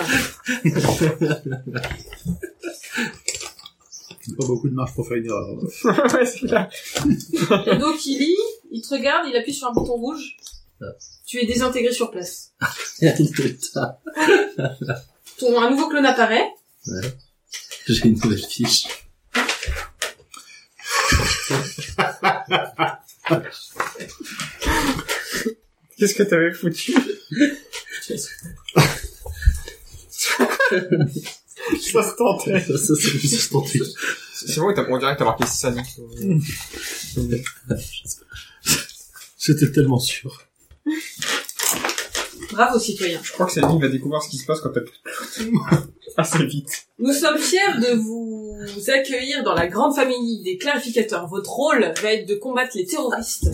E: Pas beaucoup de marge pour faire une erreur. euh,
D: Ouais, c'est clair.
C: Et donc il lit, il te regarde, il appuie sur un bouton rouge.
B: Ah.
C: Tu es désintégré sur place.
B: Putain,
C: Ton, un nouveau clone apparaît.
B: J'ai une nouvelle fiche.
D: Qu'est-ce que t'avais foutu
E: Ça se tentait.
B: Ça, ça, c'est
E: Ça se tentait.
D: C'est vrai, t'as- on dirait que t'as marqué Sani.
E: C'était tellement sûr.
C: Bravo citoyen.
D: Je crois que Sani va découvrir ce qui se passe quand t'as plus de Assez vite.
C: Nous sommes fiers de vous accueillir dans la grande famille des clarificateurs. Votre rôle va être de combattre les terroristes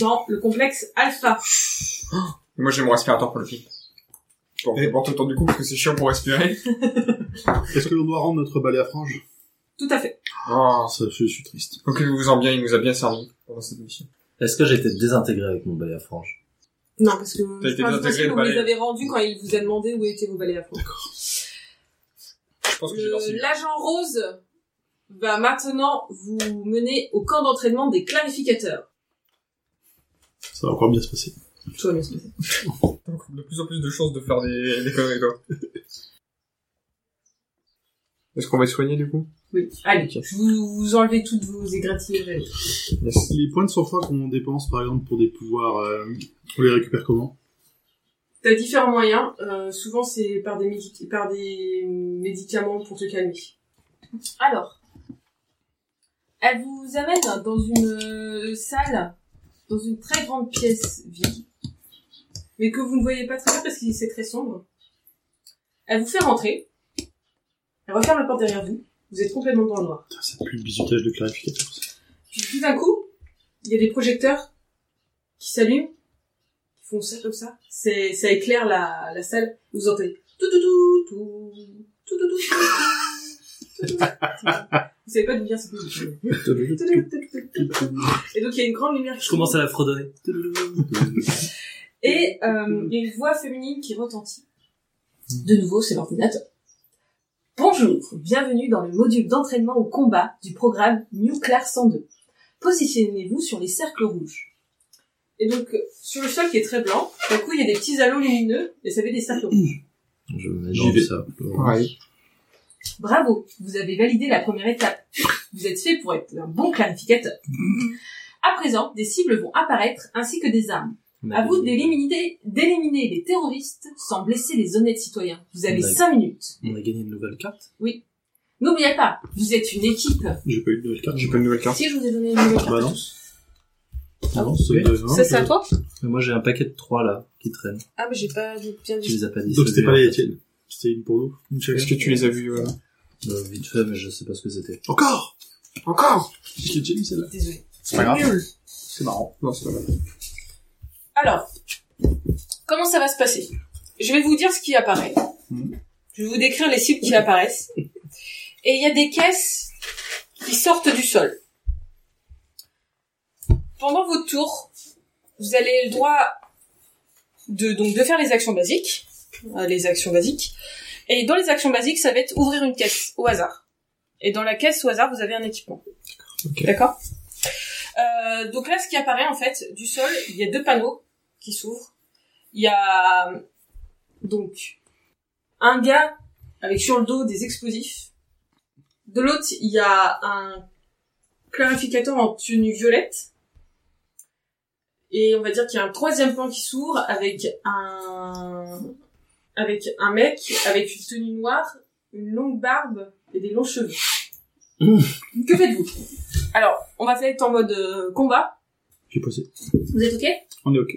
C: dans le complexe Alpha.
D: Moi, j'ai mon respirateur pour le film. Bon,
E: Et-
D: bon, t'entends du coup, parce que c'est chiant pour respirer.
E: Est-ce que l'on doit rendre notre balai à frange
C: Tout à fait.
D: Oh,
E: Ah, ça, je suis triste.
D: ok, vous vous en bien, il nous a bien servi pendant cette mission.
B: Est-ce que j'étais désintégré avec mon balai à frange
C: Non, parce que
D: T'as
C: je
D: été
C: parle
D: désintégré
C: du principe
D: le
C: que vous
D: balai.
C: les avez rendus quand il vous a demandé où étaient vos balais à fond.
D: Je pense que j'ai lancé.
C: Le- L'agent rose va maintenant vous mener au camp d'entraînement des clarificateurs.
E: Ça va encore bien se passer.
C: Toi, bien sûr.
D: Donc, de plus en plus de chances de faire des, des conneries, quoi. Est-ce qu'on va se soigner, du coup
C: Oui. Allez, je vous, vous enlevez toutes vos égratignures.
D: Yes.
E: Les points de sang-froid qu'on dépense, par exemple, pour des pouvoirs, euh, on les récupère comment
C: T'as différents moyens. euh, souvent, c'est par des, médic- par des médicaments pour te calmer. Alors, elle vous amène dans une euh, salle, dans une très grande pièce vide, mais que vous ne voyez pas très bien parce que c'est très sombre. Elle vous fait rentrer. Elle referme la porte derrière vous. Vous êtes complètement dans le noir.
E: Putain, ça pue le bisutage de clarificateur. ça.
C: Puis tout d'un coup, il y a des projecteurs qui s'allument, qui font ça comme ça. C'est, ça éclaire la, la salle. Vous entendez tout tout tout tout tout tout tout, tout, tout, tout. Vous savez pas d'où vient cette musique. Et donc il y a une grande lumière qui
B: Je commence à la fredonner.
C: Et euh, il y a une voix féminine qui retentit. De nouveau, c'est l'ordinateur. Bonjour, bienvenue dans le module d'entraînement au combat du programme Nuclear 102. Positionnez-vous sur les cercles rouges. Et donc, euh, sur le sol qui est très blanc, d'un coup, il y a des petits halos lumineux, et ça fait des cercles rouges.
B: Je me mets
E: J'y
B: dans
E: vais.
B: ça.
D: Pareil.
C: Bravo, vous avez validé la première étape. Vous êtes fait pour être un bon clarificateur. À présent, des cibles vont apparaître, ainsi que des armes. À vous d'éliminer, d'éliminer les terroristes sans blesser les honnêtes citoyens. Vous avez
B: D'accord.
C: 5 minutes.
B: On a gagné une nouvelle carte
C: N'oubliez pas, vous êtes une équipe.
E: J'ai pas eu de nouvelle carte.
D: J'ai pas de nouvelle carte.
C: Si je vous ai donné une nouvelle
E: Bah
C: carte.
E: non. Ah non, c'est
B: Oui.
E: euh, non,
C: Ça, c'est à
E: je-
C: toi
B: Mais moi j'ai un paquet de 3 là qui traîne.
C: Ah, mais j'ai pas bien
B: Tu
C: dit.
B: les as pas dit.
E: Donc c'était pas les tiennes. C'était une pour nous. Une chacun.
D: Est-ce que tu les as vus euh,
B: Euh, vite fait, mais je sais pas ce que c'était.
E: Encore
D: Encore
E: Je l'ai déjà mis celle-là.
C: Désolé.
E: C'est pas grave.
D: Nul.
E: C'est marrant.
D: Non, c'est pas mal.
C: Alors, comment ça va se passer Je vais vous dire ce qui apparaît.
E: Mhm.
C: Je vais vous décrire les cibles qui apparaissent. Et il y a des caisses qui sortent du sol. pendant votre tour, vous avez le droit de, donc, de faire les actions basiques. euh, les actions basiques. Et dans les actions basiques, ça va être ouvrir une caisse au hasard. Et dans la caisse au hasard, vous avez un équipement.
D: Ok.
C: D'accord Euh, Donc là, ce qui apparaît en fait du sol, il y a deux panneaux qui s'ouvrent. Il y a euh, donc un gars avec sur le dos des explosifs. De l'autre, il y a un clarificateur en tenue violette. Et on va dire qu'il y a un troisième plan qui s'ouvre avec un avec un mec avec une tenue noire, une longue barbe et des longs cheveux. que faites-vous Alors, on va faire en mode euh, combat.
E: J'ai passé.
C: Vous êtes ok
E: On est ok.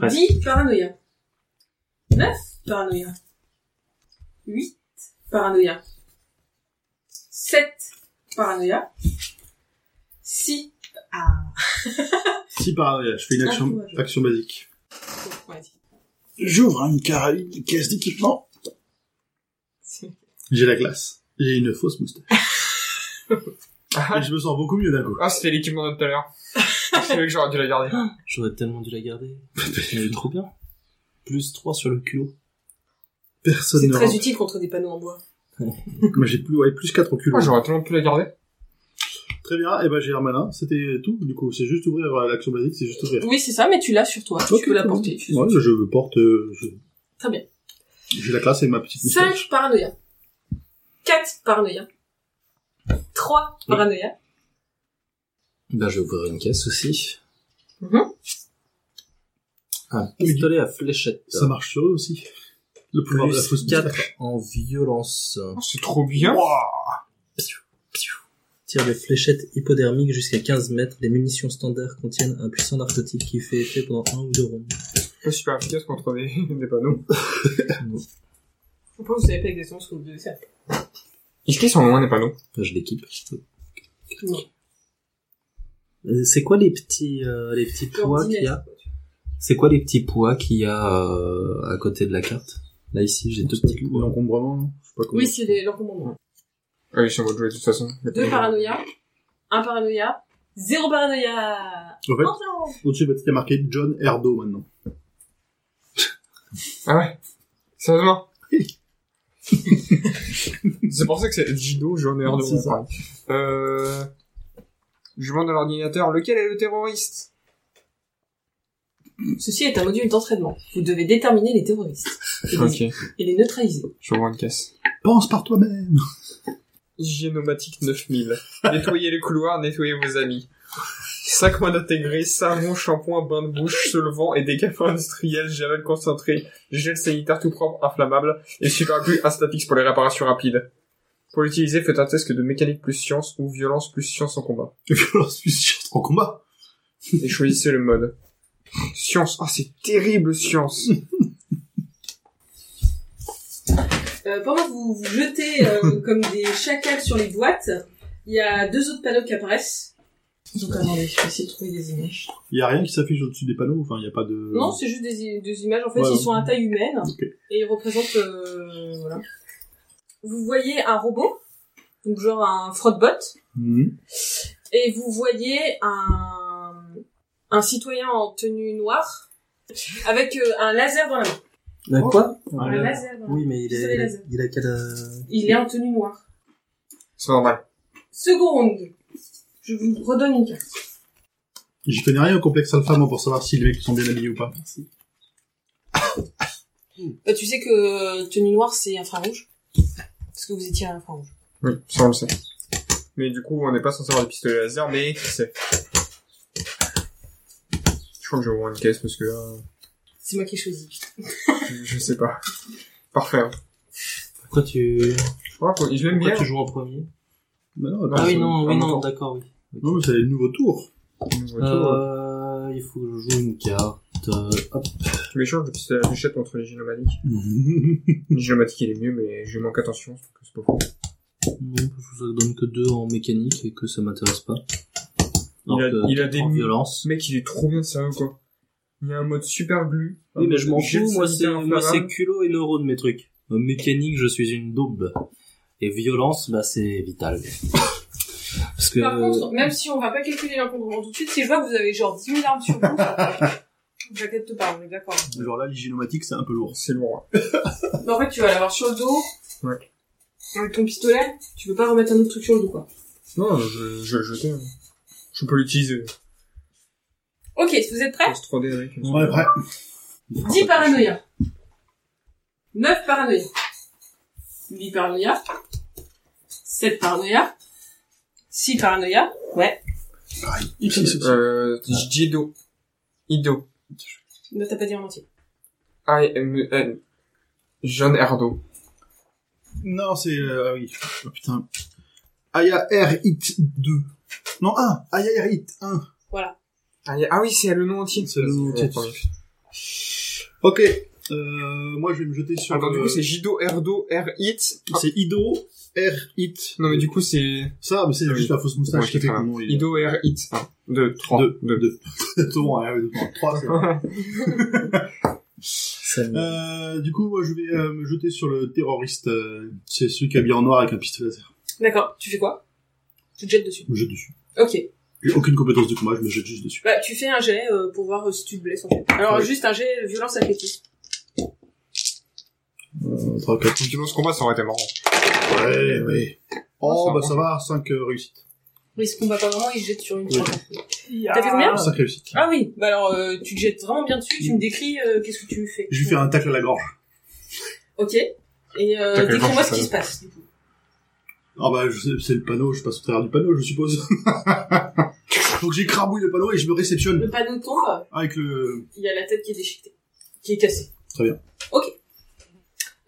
B: Ouais.
C: 10, paranoïa. 9, paranoïa. 8, paranoïa. 7, paranoïa. 6, ah,
E: Si par je fais une
C: Ah,
E: action,
C: ouais, je-
E: action basique.
C: on va dire.
E: J'ouvre hein, une, cara- une caisse d'équipement.
C: C'est-
E: J'ai la classe. J'ai une fausse moustache.
D: Ah,
E: Et je me sens beaucoup mieux d'un coup.
D: ah, c'était l'équipement de tout à l'heure. Je savais que j'aurais dû la garder.
B: Ah, J'aurais tellement dû la garder. Elle est trop bien. Plus 3 sur le culot.
E: Personne
C: C'est
E: ne
C: très
E: rentre.
C: utile contre des panneaux en bois.
E: Moi, j'ai plus, ouais, plus 4 au culot.
D: Moi, Ah, j'aurais tellement pu la garder.
E: Très bien. Et ben, j'ai l'air malin. C'était tout. Du coup, c'est juste ouvrir euh, l'action basique, c'est juste ouvrir.
C: Oui, c'est ça, mais tu l'as sur toi.
E: Ok,
C: tu peux la
E: très
C: porter.
E: bien. Ouais, je le porte, euh, je-
C: Très bien.
E: j'ai la classe et ma petite moustache.
C: 5 paranoïa. 4 paranoïa. 3 paranoïa.
B: Ben, je vais ouvrir une caisse aussi.
C: Mhm.
B: Un pistolet à fléchette.
E: Ça marche sur eux aussi. Le pouvoir de la fausse
B: Plus 4
E: moustache.
B: en violence.
D: Oh, C'est trop bien.
B: Tire des fléchettes hypodermiques jusqu'à 15 mètres. Les munitions standards contiennent un puissant narcotique qui fait effet pendant un ou deux rondes.
D: Pas super efficace contre des, des panneaux.
C: Je pense que vous savez pas exactement ce que vous devez faire.
D: Est-ce qu'ils sont loin des panneaux
B: Enfin, je l'équipe.
C: Non.
B: Euh, C'est quoi les petits, euh, les petits poids qu'il y a C'est quoi les petits poids qu'il y a euh, à côté de la carte Là ici, j'ai deux petits poids.
E: L'encombrement, non Je sais pas comment.
C: Oui, c'est les- l'encombrement.
D: Ouais, Ah ils sont en mode jouer de toute façon. Les
C: 2
D: panneaux.
C: paranoïa. 1 paranoïa. 0 paranoïa.
E: En fait,
C: Oh non
E: au-dessus, bah, t'as marqué John Erdo maintenant.
D: Ah ouais Sérieusement C'est pour ça que c'est Jido, j'en ai un de
E: C'est ça.
D: pareil. Euh... Je demande à l'ordinateur lequel est le terroriste
C: Ceci est un module d'entraînement. Vous devez déterminer les terroristes et les, et les neutraliser.
D: je vois une caisse.
E: Pense par toi-même.
D: Hygiénomatique 9000. Nettoyez les couloirs, nettoyez vos amis. Sac mois intégré, savon, shampoing, bain de bouche, solvant et dégâts industriels, javel concentré, gel sanitaire tout propre, inflammable, et super glue Instafix pour les réparations rapides. Pour l'utiliser, faites un test de mécanique plus science ou violence plus science en combat.
E: Violence puissante en combat.
D: et choisissez le mode. Science. Ah, c'est terrible, science.
C: Euh, pendant que vous vous jetez euh, comme des chacals sur les boîtes, il y a deux autres panneaux qui apparaissent. Donc attendez, je vais essayer de trouver des images.
E: Il y a rien qui s'affiche au-dessus des panneaux. Enfin, il y a pas de.
C: Euh, Non, c'est juste des, i- des images. En fait,
E: Ouais,
C: ils
E: ouais.
C: sont à taille humaine
E: Ok.
C: et ils représentent... euh, voilà. Vous voyez un robot, donc genre un frottebot,
E: Mhm.
C: et vous voyez un, un citoyen en tenue noire avec euh, un laser dans la main.
B: Bah, quoi
E: Ah,
C: Un
E: là.
C: laser dans Oh. la main.
B: Oui, mais il
C: Pistolet
B: est,
C: laser.
B: il a quel euh,
C: Il est en tenue noire.
D: C'est normal.
C: Second round. Je vous redonne une carte.
E: J'y connais rien au complexe alpha, moi, pour savoir si les mecs sont bien habillés ou pas.
C: Bah, tu sais que euh, tenue noire, c'est infrarouge. Parce que vous étiez à infrarouge.
D: Oui, ça on le sait. Mais du coup, on n'est pas censé avoir des pistolets laser, mais qui sait Je crois que j'ai ouvert une caisse parce que là,
C: C'est moi qui ai choisi.
D: je- je sais pas. Parfait. hein.
B: Pourquoi tu
D: Oh, faut- je l'aime
B: Pourquoi
D: bien.
B: tu joues en premier
E: Bah non,
B: Ah
E: attends,
B: oui
E: c'est-
B: non, oui
D: un
B: non,
D: encore.
B: d'accord oui.
E: Non, mais c'est le nouveau tour.
B: Euh, il faut que je joue une carte. euh, hop.
D: Tu m'échanges le pistolet à fléchette contre euh, les génomatiques. Les génomatiques, il est mieux, mais je manque attention, donc c'est pas faux.
B: Non, parce que ça donne que deux en mécanique et que ça m'intéresse pas. Alors
D: Il a-
B: que
D: il a
B: quatre
D: des
B: en
D: mi-
B: violence.
D: Ce mec, il est trop bien sérieux, quoi. Il y a un mode super glue.
B: Oui,
D: un
B: mais je m'en
D: mode gel
B: fous, moi c'est,
D: sanitaire
B: moi c'est
D: inflammable.
B: culot et neurones mes trucs. En mécanique, je suis une daube. Et violence, bah c'est vital. Parce que,
C: Par contre, même si on va pas calculer l'encombrement tout de suite, si je vois que vous avez genre 10 000 armes sur vous, ça- j'inquiète pas, on est d'accord.
E: Genre là, l'hygiénomatique, c'est un peu lourd.
D: C'est lourd. hein.
C: Mais en fait, tu vas l'avoir sur le dos.
D: Ouais.
C: Avec ton pistolet, tu peux pas remettre un autre truc sur le dos, quoi.
D: Non, je, je vais le jeter. hein. Je peux l'utiliser.
C: Ok, vous êtes prêts
D: On se 3D avec.
E: On est prêt.
C: 10 paranoïa. 9 paranoïa. 8 paranoïa. 7 paranoïa. 6 paranoïa. Ouais.
E: Pareil.
D: Euh, Jido. Ido.
C: Ne t'as pas dit en entier.
D: I-M-N. E John Erdo.
E: Non, c'est... Euh, ah oui. Oh, putain. Aya R Hit 2. Non, 1. Aya R Hit 1.
D: Ah, y a- ah oui, c'est le nom entier.
E: C'est le nom entier. Ok. Euh, moi, je vais me jeter sur...
D: Attends, Ah, du coup,
E: euh,
D: c'est Jido Erdo R-Hit.
E: c'est Ido R Hit.
D: Non, mais du coup, c'est
E: Ça, mais Ah c'est
D: Oui.
E: juste la fausse moustache
D: Ouais,
E: qui fait
D: quatre,
E: comment il...
D: Ido R-Hit. 1, 2, 3.
E: Deux. Deux. Tout bon, hein, deux, trois. Trois, c'est bon.
B: c'est-
E: Euh, du coup, moi, je vais euh, me jeter sur le terroriste. euh, c'est celui qui est habillé en noir avec un pistolet laser.
C: D'accord, tu fais quoi Tu te jettes dessus.
E: Je me jette dessus.
C: Ok.
E: J'ai aucune compétence de combat, je me jette juste dessus.
C: Bah, tu fais un jet euh, pour voir euh, si tu te blesses en fait. Alors,
E: Oui.
C: juste un jet de violence athlétique.
E: Euh, trois, quatre.
D: Tu penses ce combat, ça aurait été marrant.
E: Ouais, ouais. Oh,
D: Ouais,
E: bah
D: ça
E: ça va, 5 réussites.
C: Oui, ce combat pas vraiment, il se jette sur une
E: Oui.
C: croix. T'as fait combien
E: 5 réussites.
C: Ah oui, bah alors, euh, tu te jettes vraiment bien dessus, tu me décris euh, qu'est-ce que tu fais.
E: Je lui fais un tacle à la gorge.
C: Ok. Et
D: T'as
C: euh,
D: quel genre, je
C: décris-moi ce
D: sais
C: qui se passe, du coup.
E: Ah bah, je sais- c'est le panneau, je passe au travers du panneau, je suppose. Donc j'écrabouille le panneau et je me réceptionne
C: Le panneau tombe,
E: avec le...
C: il y a la tête qui est déchiquetée, qui est cassée.
E: Très bien.
C: Ok.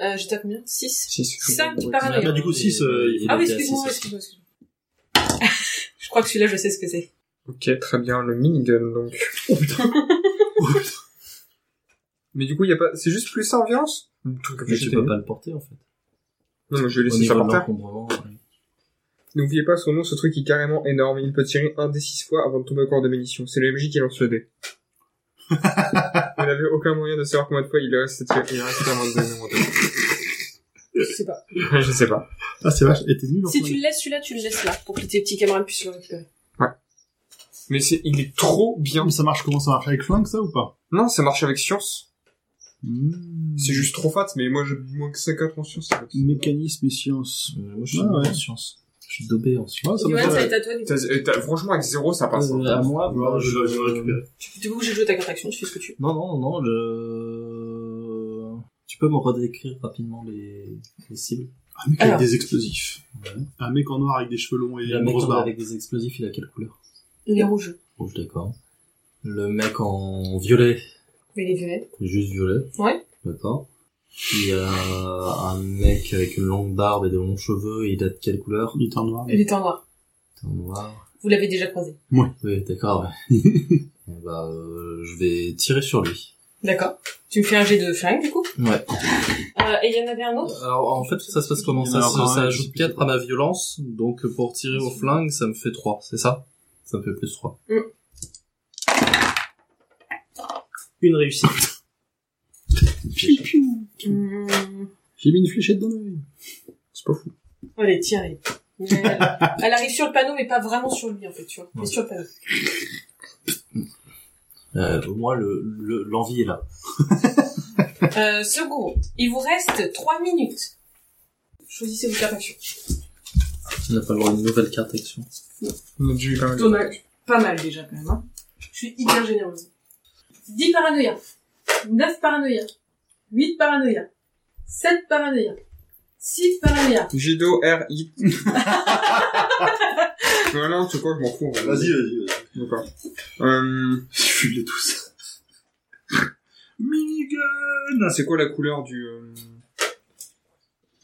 C: Euh, J'étais à combien 6
D: Si, c'est
C: Cinq
D: chaud.
C: paranoïa.
E: bah, du coup, six, euh, il
C: Ah oui,
B: était à
C: excuse-moi,
B: six,
C: excuse-moi, excuse-moi. je crois que celui-là, je sais ce que c'est.
D: Ok, très bien. Le minigun, donc.
E: Oh putain
D: Mais du coup, y a pas, c'est juste plus ça en violence? Le truc que
B: Mais
D: j'étais
B: tu peux
D: mis.
B: pas le porter, en fait.
D: Non, mais je vais
B: Au
D: laisser
B: niveau
D: ça par
B: de
D: terre.
B: l'encombrement, ouais.
D: N'oubliez pas son nom, ce truc est carrément énorme. Il peut tirer un des six fois avant de tomber au corps de munitions. C'est le MJ qui lance le dé. Vous n'avez aucun moyen de savoir combien de fois il reste, il reste à moins de donner mon dé.
E: Euh,
C: Je sais pas.
D: Je sais pas.
E: Ah c'est vache, et t'es nul en
C: Si
E: fait.
C: tu le laisses celui-là, tu le laisses là, pour que tes petits camarades puissent le récupérer.
D: Mais c'est, il est trop bien.
E: Mais ça marche comment Ça marche avec flingue, ça, ou pas
D: Non, ça marche avec science.
E: Mmh.
D: C'est juste trop fat, mais moi, je, moins que 5 en science. ça va.
E: Mécanisme et science.
B: Euh, Moi, je suis
E: Ah, ouais.
B: en science. Je suis dobé en science.
E: Ah, ça me
C: Johan,
E: fait-
C: ça est à toi, du coup.
D: T'as- euh, t'as- franchement, avec zéro, ça passe. hein.
B: Euh, à moi,
E: Ah, Ouais,
B: bah,
E: je dois- je dois récupérer.
C: Tu- Du coup, j'ai joué ta contraction, tu fais ce que tu veux.
B: Non, non, non, je... Tu peux me redécrire rapidement les, les cibles
E: Un mec avec
C: Alors.
E: des explosifs. Un mec en noir avec des cheveux longs et
B: Le
E: une
B: mec
E: grosse
B: en-
E: barbe.
B: avec des explosifs, il a quelle couleur
C: Il est rouge.
B: Rouge, d'accord. Le mec en violet,
C: Mais il est violet.
B: juste violet.
C: Ouais.
B: D'accord. Il y a un mec avec une longue barbe et de longs cheveux, il a de quelle couleur
E: Il est en noir.
C: Il est en noir.
B: Teint noir.
C: Vous l'avez déjà croisé.
B: Oui, d'accord, ouais. Eh bah, euh, je vais tirer sur lui.
C: D'accord. Tu me fais un jet de flingue, du coup.
B: Ouais.
C: Euh, et il y en avait un autre
B: Alors, en fait, ça se passe comment
E: Il y en
B: Ça,
E: a
B: se- ça
E: un, je sais
B: ajoute
E: plus
B: 4
E: quoi.
B: à ma violence, donc pour tirer au flingue, ça me fait 3, c'est ça Ça me fait plus 3.
C: Mm.
B: Une réussite.
C: Mmh.
E: J'ai mis une fléchette dans l'œil.
D: C'est pas fou.
C: Allez, tiens, allez. Mais Elle, elle arrive sur le panneau, mais pas vraiment sur lui, en fait, tu vois. Mais
B: Ouais.
C: sur le panneau.
B: Euh, au moins, le- le- l'envie est là.
C: Euh, second, il vous reste 3 minutes. Choisissez vos cartes d'action.
B: On n'a pas le droit à une nouvelle carte action.
D: On a dû y parler.
C: Dommage. Pas mal, déjà, quand même, hein. Je suis hyper généreuse.
F: 10 paranoïa, 9 paranoïa, 8 paranoïa, 7 paranoïa, 6 paranoïa.
D: Jido R I. non, non, tu crois, je m'en fous.
E: Vas-y, vas-y, vas-y.
D: D'accord. Euh,
E: Fume-les tous. Minigun
D: Ah, c'est quoi la couleur du, euh,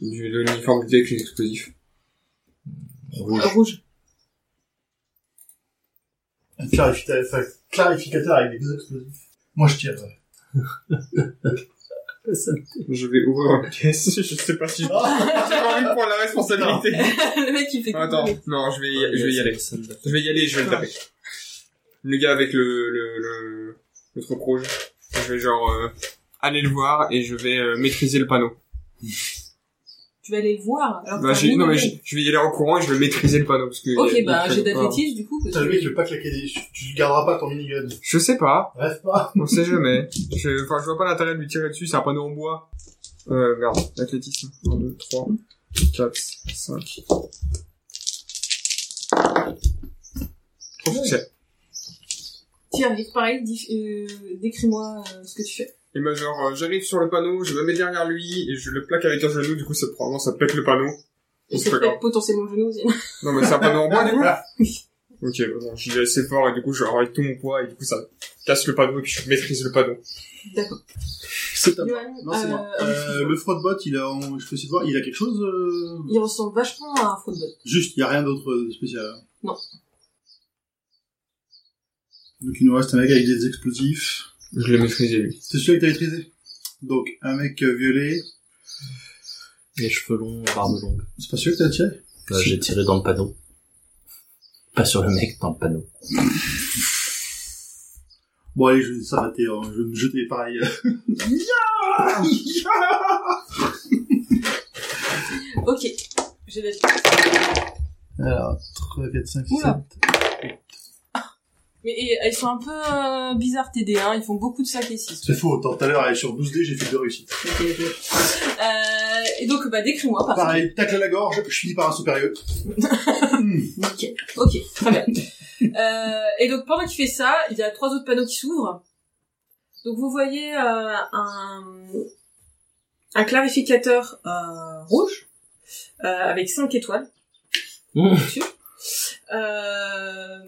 D: du, de l'uniforme du avec les explosifs?
E: Ah,
B: Rouge.
C: Rouge.
E: Un clarificateur, enfin, clarificateur avec des explosifs. Moi, je tire. euh, ouais.
D: Je vais ouvrir ma caisse, je sais pas si j'ai
E: Ah
D: pas envie de prendre la responsabilité.
C: le mec, il fait que
D: Attends,
C: parler.
D: non, je vais y, je vais y aller. Je vais y aller, je vais le taper. Le gars avec le, le, le, le truc rouge. Je vais genre, euh, aller le voir et je vais euh, maîtriser le panneau.
C: Tu vas aller le voir. alors que
D: Bah,
C: Ah, t'as
D: j'ai-
C: rien
D: non, mais
C: demandé.
D: j'ai- je vais y aller en courant et je vais maîtriser le panneau parce que. euh, il y a-
C: Ok,
D: il
C: bah,
D: y a
C: j'ai
D: pas-
C: d'athlétisme, du coup. parce
E: T'as le
C: que-
E: mec qui veut pas claquer des... Tu garderas pas ton minigun.
D: Je sais pas.
E: Bref, pas.
D: On sait jamais. Je, enfin, je vois pas l'intérêt de lui tirer dessus. C'est un panneau en bois. Euh, merde. Athlétisme. 1, 2, 3, 4, 5. Trop succès.
C: Tiens, Rick, pareil, dis- euh, décris-moi euh, ce que tu fais.
D: Et bah, genre, euh, j'arrive sur le panneau, je me mets derrière lui et je le plaque avec un genou. Du coup, ça, probablement, ça pète le panneau.
C: Et
D: Donc,
C: ça
D: c'est
C: te
D: pas
C: fait
D: grave.
C: potentiellement le genou aussi.
D: Non, mais c'est un panneau en bois, du coup.
C: Oui.
D: Ok, bah, bon, j'y vais assez fort et du coup, je avec tout mon poids et du coup, ça casse le panneau et puis je maîtrise le panneau.
C: D'accord.
E: C'est à moi.
C: Johan,
E: Non, c'est moi.
C: euh,
E: Euh, le fraudbot, il a... en- Je peux essayer de voir, il a quelque chose... euh,
C: il ressemble vachement à un football.
E: Juste, il a rien d'autre euh, de spécial. hein.
C: Non.
E: Donc il nous reste un mec avec des explosifs.
D: Je l'ai maîtrisé, lui.
E: C'est celui que t'as maîtrisé. Donc un mec euh, violet.
B: Les cheveux longs, barbe longue.
E: C'est pas celui que t'as tiré
B: Là, j'ai tiré dans le panneau. Pas sur le mec, dans le panneau.
E: Bon allez, je vais s'arrêter, hein. je vais me jeter pareil. Ya Ya
C: Ok. J'ai l'athlétisme.
E: Alors, 3, 4, 5, 6,
C: Oula. Mais et, euh, ils sont un peu euh, bizarres, tes dés, hein. Ils font beaucoup de 5 et 6.
E: C'est faux, tant tout à l'heure, elle est sur 12D, j'ai fait deux réussites.
C: Euh, et donc, bah, décris-moi, parce
E: Pareil, tacle à la gorge, je finis par un supérieur. Hmm.
C: que- Nickel. Ok, très bien. euh, et donc, pendant qu'il fait ça, il y a trois autres panneaux qui s'ouvrent. Donc, vous voyez euh, un, un clarificateur euh, rouge euh, avec 5 étoiles.
B: Mmh.
C: dessus. Euh,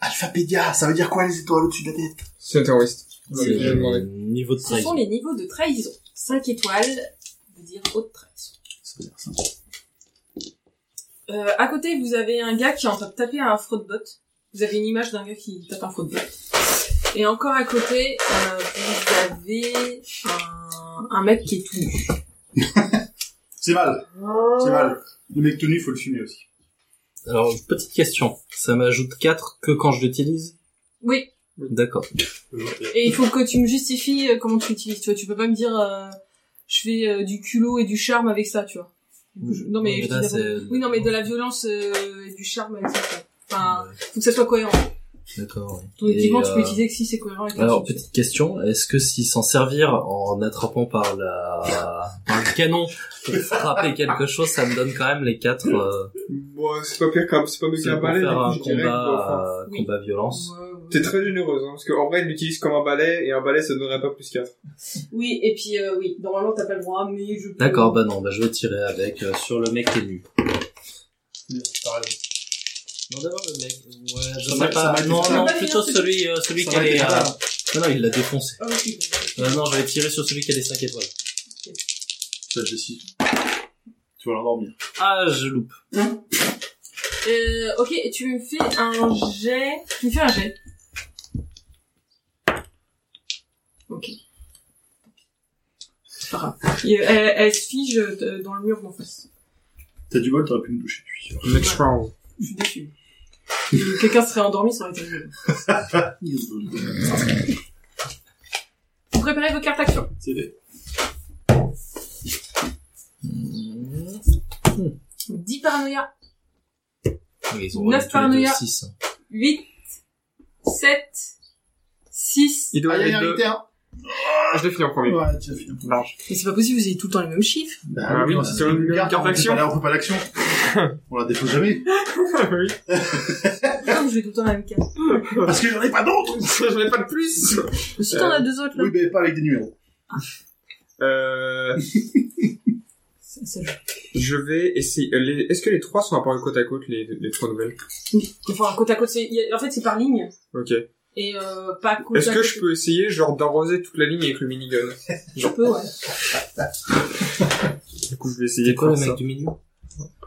E: Alphapédia, ça veut dire quoi les étoiles au-dessus de la tête
D: C'est un terroriste.
B: C'est
D: Je l'ai demandé.
B: le niveau de
C: ce sont
B: trahison.
C: les niveaux de trahison. 5 étoiles veut dire haute trahison.
E: Ça veut dire ça.
C: Euh, à côté, vous avez un gars qui est en train de taper un fraudbot. Vous avez une image d'un gars qui tape un fraudbot. Et encore à côté, euh, vous avez un, un mec qui est tout nu.
E: C'est mal, c'est mal. Le mec tenu, il faut le fumer aussi.
B: Alors, petite question. Ça m'ajoute 4 que quand je l'utilise
C: Oui,
B: D'accord.
C: et il faut que tu me justifies euh, comment tu l'utilises. Tu vois, tu peux pas me dire euh, je fais euh, du culot et du charme avec ça, tu vois. Je- Non mais,
B: Oui,
C: je
B: là,
C: dis n'importe-
B: c'est-
C: oui non mais de la violence euh, et du charme avec ça. tu vois. Enfin, faut que ça soit cohérent.
B: D'accord,
C: Ton
B: oui. Et,
C: équipement, tu
B: euh,
C: peux utiliser que si c'est cohérent avec
B: Alors,
C: ça.
B: petite question, est-ce que s'il s'en servir en attrapant par la par le canon pour frapper quelque chose, ça me donne quand même les quatre euh,
D: Bon, c'est pas pire quand même, c'est pas mieux
B: c'est
D: qu'un
B: pour
D: balai,
B: faire
D: mais
B: un
D: je dirais. que, enfin,
B: combat euh,
C: Oui.
B: combat violence.
D: T'es très généreuse, hein, parce qu'en vrai, il l'utilise comme un balai, et un balai, ça ne donnerait pas plus 4.
C: Oui, et puis euh, oui, normalement t'as pas le droit, mais je peux...
B: D'accord, bah non, bah je vais tirer avec euh, sur le mec qui est nu.
E: T'as raison.
B: Non d'abord le mec. Ouais, je
E: Ça
B: sais
E: m'a-
B: pas.
E: ça m'a
B: non,
E: été-
B: non,
C: Ça m'a
B: plutôt
C: été-
B: celui euh, celui
E: Ça
B: qui
E: m'a été
B: est.
E: grave.
B: Non, non, il l'a défoncé.
C: Ah, ok.
B: Euh, non, je vais tirer sur celui qui a les 5 étoiles.
E: Ça, je décide. Tu vas l'endormir.
B: Ah, je loupe.
C: Euh, ok, et tu me fais un jet... Tu me fais un jet. Ok. C'est pas grave. Il- Elle, elle se fige euh, dans le mur d'en face.
E: T'as du bol, t'aurais pu me toucher, je suis sûr.
D: Next round.
C: Je suis déçue. Si Quelqu'un serait endormi, ça aurait été mieux. Vous préparez vos cartes actions.
E: C'est fait.
C: 10 paranoïa,
B: Mais Ils
C: Neuf paranoïa.
B: 6.
C: 8, 7, 6...
D: Il doit
E: Ah,
D: y
E: il y
D: aller
E: a un
D: deux.
E: militaire.
D: Ah, je l'ai fini en premier.
E: Ouais, tu as fini.
D: Large.
C: Mais c'est pas possible, vous avez tout le temps les mêmes chiffres.
E: Bah,
D: Ah oui,
E: non,
D: c'est
E: c'est
D: sur
E: une
D: une
E: carte,
D: carte
E: on peut
D: d'action.
E: pas la- On fait pas l'action. on la défausse jamais.
D: oui.
C: Pourquoi vous jouez tout le temps la même carte
E: Parce que j'en ai pas d'autres.
D: J'en ai pas de plus.
C: Si t'en as deux autres là,
E: Oui, mais pas avec des numéros.
D: Euh,
C: ça, ça joue.
D: je vais essayer. euh, les- Est-ce que les trois sont à part côte à côte, les, les trois nouvelles
C: Enfin, côte à côte, c'est- il y a- en fait c'est par ligne
D: Ok.
C: et euh, pas côte
D: Est-ce
C: à
D: que
C: côte.
D: je peux essayer, genre, d'arroser toute la ligne avec le minigun
C: Je peux, ouais.
D: Du coup, je vais essayer
B: C'était
D: de
B: quoi
D: faire
B: le
D: ça.
B: mec du milieu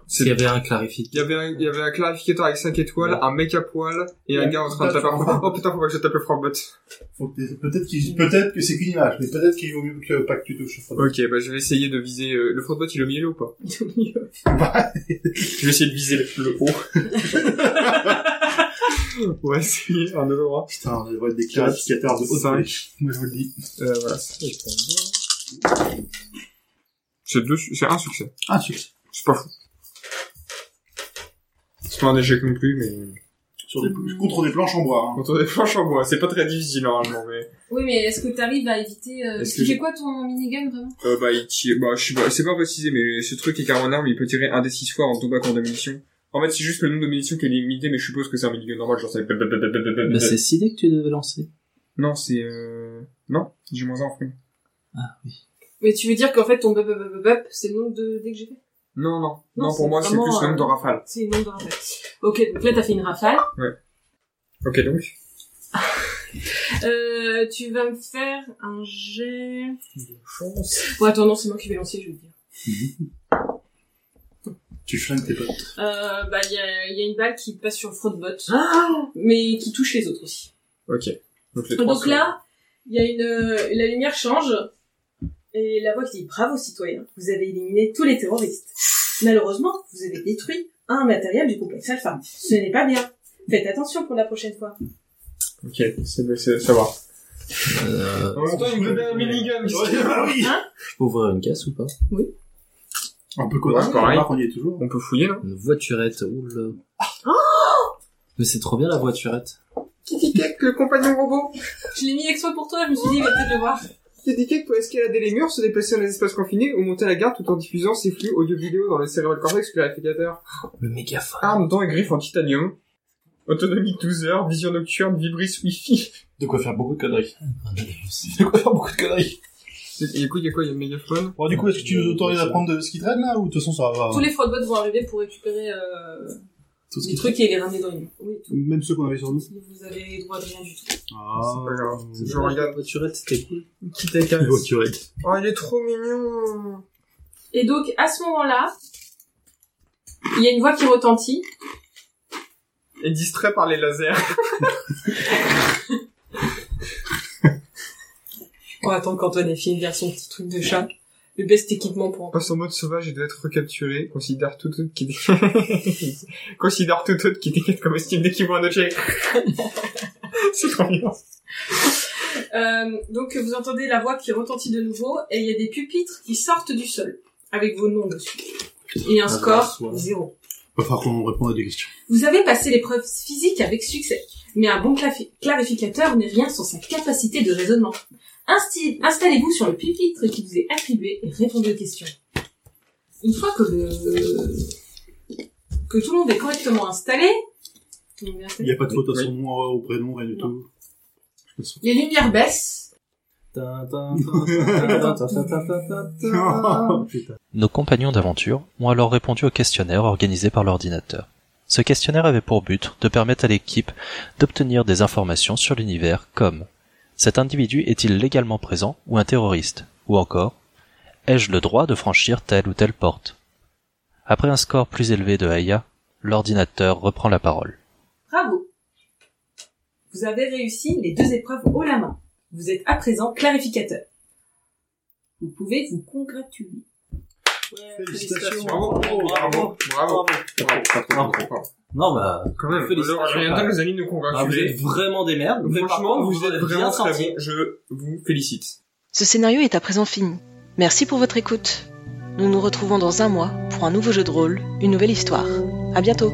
D: C'est-
B: Il y avait un clarifié.
D: Il y, avait un, il y avait un clarificateur avec 5 étoiles,
B: Ouais.
D: un mec à poil, et un
E: Ouais,
D: gars en train de
E: putain,
D: taper un
E: tu vois.
D: frog. Oh putain, faut pas que je tape le fragbot.
E: Faut que t'aies- peut-être qu'il, peut-être que c'est qu'une image, mais peut-être qu'il vaut mieux que, pas que tu touches.
D: Ok, bah je vais essayer de viser... euh, Le fragbot, il est au milieu ou pas
C: Il est au milieu.
D: Je vais essayer de viser le, le haut. On va essayer un autre endroit.
E: Putain, on devrait être des clarificateurs de haute
D: Cinq.
E: volée. Moi, je vous le dis.
B: Ah,
D: Euh, voilà. C'est deux, su- c'est un succès.
E: Un succès.
D: C'est pas fou. C'est pas un échec non plus, mais... euh,
E: Sur des, Contre des planches en bois. hein.
D: Quand on est planche en bois, c'est pas très difficile normalement, mais...
C: Oui, mais est-ce que t'arrives à éviter... Euh...
D: Est-ce
C: Tu
D: que
C: fais
D: j'ai-
C: quoi ton minigun, vraiment
D: Euh, bah, il tire, bah, je sais pas, c'est pas précisé, mais ce truc est carrément en arme, il peut tirer un des six fois en tombant contre de munitions. En fait, c'est juste le nombre de munitions qui est limité, mais je suppose que c'est un minigun normal, genre ça fait
B: Bah, c'est 6 dés que tu devais lancer.
D: Non, c'est euh... Non, j'ai moins un en frame.
C: Mais tu veux dire qu'en fait, ton bop bop bop bop, bop, c'est le nombre de dés que j'ai fait
D: Non, non,
C: Non,
D: non,
C: c'est
D: pour moi, c'est plus
C: vraiment,
D: le nombre de
C: euh,
D: rafales.
C: C'est le nombre de rafales. Ok, donc là, t'as fait une rafale.
D: Ok, donc.
C: Euh, tu vas me faire un jet...
D: Chance.
C: Bon, attends, non, c'est moi qui vais lancer, je vais te dire.
B: Tu flingues tes potes.
C: Euh, bah, il y a, il y a une balle qui passe sur le front de botte, Ah mais qui touche les autres aussi.
D: Ok. Donc, les trois
C: Donc
D: sont-
C: là, il y a une, euh, la lumière change et la voix qui dit bravo citoyens, vous avez éliminé tous les terroristes. Malheureusement, vous avez détruit un matériel du complexe Alpha. Ce n'est pas bien. Faites attention pour la prochaine fois.
D: Ok, c'est bon, c'est- ça va.
B: Euh,
D: En même temps, il me donnait un minigun,
E: Ouais, bah oui.
B: je peux ouvrir une caisse ou pas
E: Un peu comme
D: Ouais, pareil.
E: on y est toujours.
D: On peut fouiller, non
B: Une voiturette, oula. Ah Mais c'est trop bien la voiturette.
D: Kitty Cake, le compagnon robot.
C: Je l'ai mis exprès pour toi, je me suis dit, il va peut-être le voir.
D: Kitty Cake peut escalader les murs, se déplacer dans les espaces confinés ou monter la garde tout en diffusant ses flux audio-vidéo dans le cérébral cortex clarificateur.
B: Le mégaphone.
D: Arme, dents et griffes en titanium. Autonomie 12 heures, vision nocturne, vibris wifi.
E: De quoi faire beaucoup de conneries. De quoi faire beaucoup de conneries.
D: C'est- Et écoute, il y a quoi, il y a le mégaphone?
E: Bon, du coup, est-ce que tu nous autorises à prendre de ce qui traîne là ou de toute façon ça va
C: Tous les fraudes bots vont arriver pour récupérer euh,
E: Tout ce
C: les
E: qui
C: trucs et les ramener dans une. Oui, tout.
E: Même ceux qu'on avait sur nous.
C: Vous avez droit de rien du tout.
E: Ah,
D: C'est pas grave. Je
B: La
D: regarde.
B: voiturette, c'était cool.
D: Quitte à
E: Les voiturettes.
D: Oh, il est trop mignon.
C: Et donc, à ce moment-là, il y a une voix qui retentit.
D: Et distrait par les lasers.
C: On attend qu'Antoine ait fini de faire son petit truc de chat. Le best équipement pour
D: Passe en mode sauvage et doit être recapturé. Considère tout autre qui Considère tout autre qui t'inquiète comme estime dès qu'il voit un objet. C'est trop mignon.
C: Euh, donc vous entendez la voix qui retentit de nouveau et il y a des pupitres qui sortent du sol avec vos noms dessus. Et un
E: bah,
B: Ah,
C: score
B: soit.
C: zéro.
E: Va falloir qu'on réponde à des questions.
C: Vous avez passé l'épreuve physique avec succès, mais un bon clafi- clarificateur n'est rien sans sa capacité de raisonnement. Insti- Installez-vous sur le pupitre qui vous est attribué et répondez aux questions. Une fois que le que tout le monde est correctement installé,
E: Il n'y a pas de faute à
D: Oui.
E: son nom, euh, au prénom, rien du
C: Non.
E: tout.
C: les lumières baissent
E: Putain.
G: Nos compagnons d'aventure ont alors répondu au questionnaire organisé par l'ordinateur. Ce questionnaire avait pour but de permettre à l'équipe d'obtenir des informations sur l'univers comme cet individu est-il légalement présent ou un terroriste Ou encore, ai-je le droit de franchir telle ou telle porte Après un score plus élevé de Aya, l'ordinateur reprend la parole.
C: Bravo Vous avez réussi les deux épreuves haut la main. Vous êtes à présent clarificateur. Vous pouvez vous congratuler.
E: Félicitations.
D: Bravo, bravo, bravo, bravo, bravo, bravo.
B: Non, bah,
D: Quand même,
B: Félicitations.
D: alors, rien de nos amis nous
B: ah, vous
D: congratulaient.
B: êtes vraiment des merdes. mais par
D: Franchement,
B: contre,
D: vous êtes
B: bien
D: vraiment très
B: sortis.
D: bons. Je vous félicite.
A: Ce scénario est à présent fini. Merci pour votre écoute. Nous nous retrouvons dans un mois pour un nouveau jeu de rôle, une nouvelle histoire. À bientôt.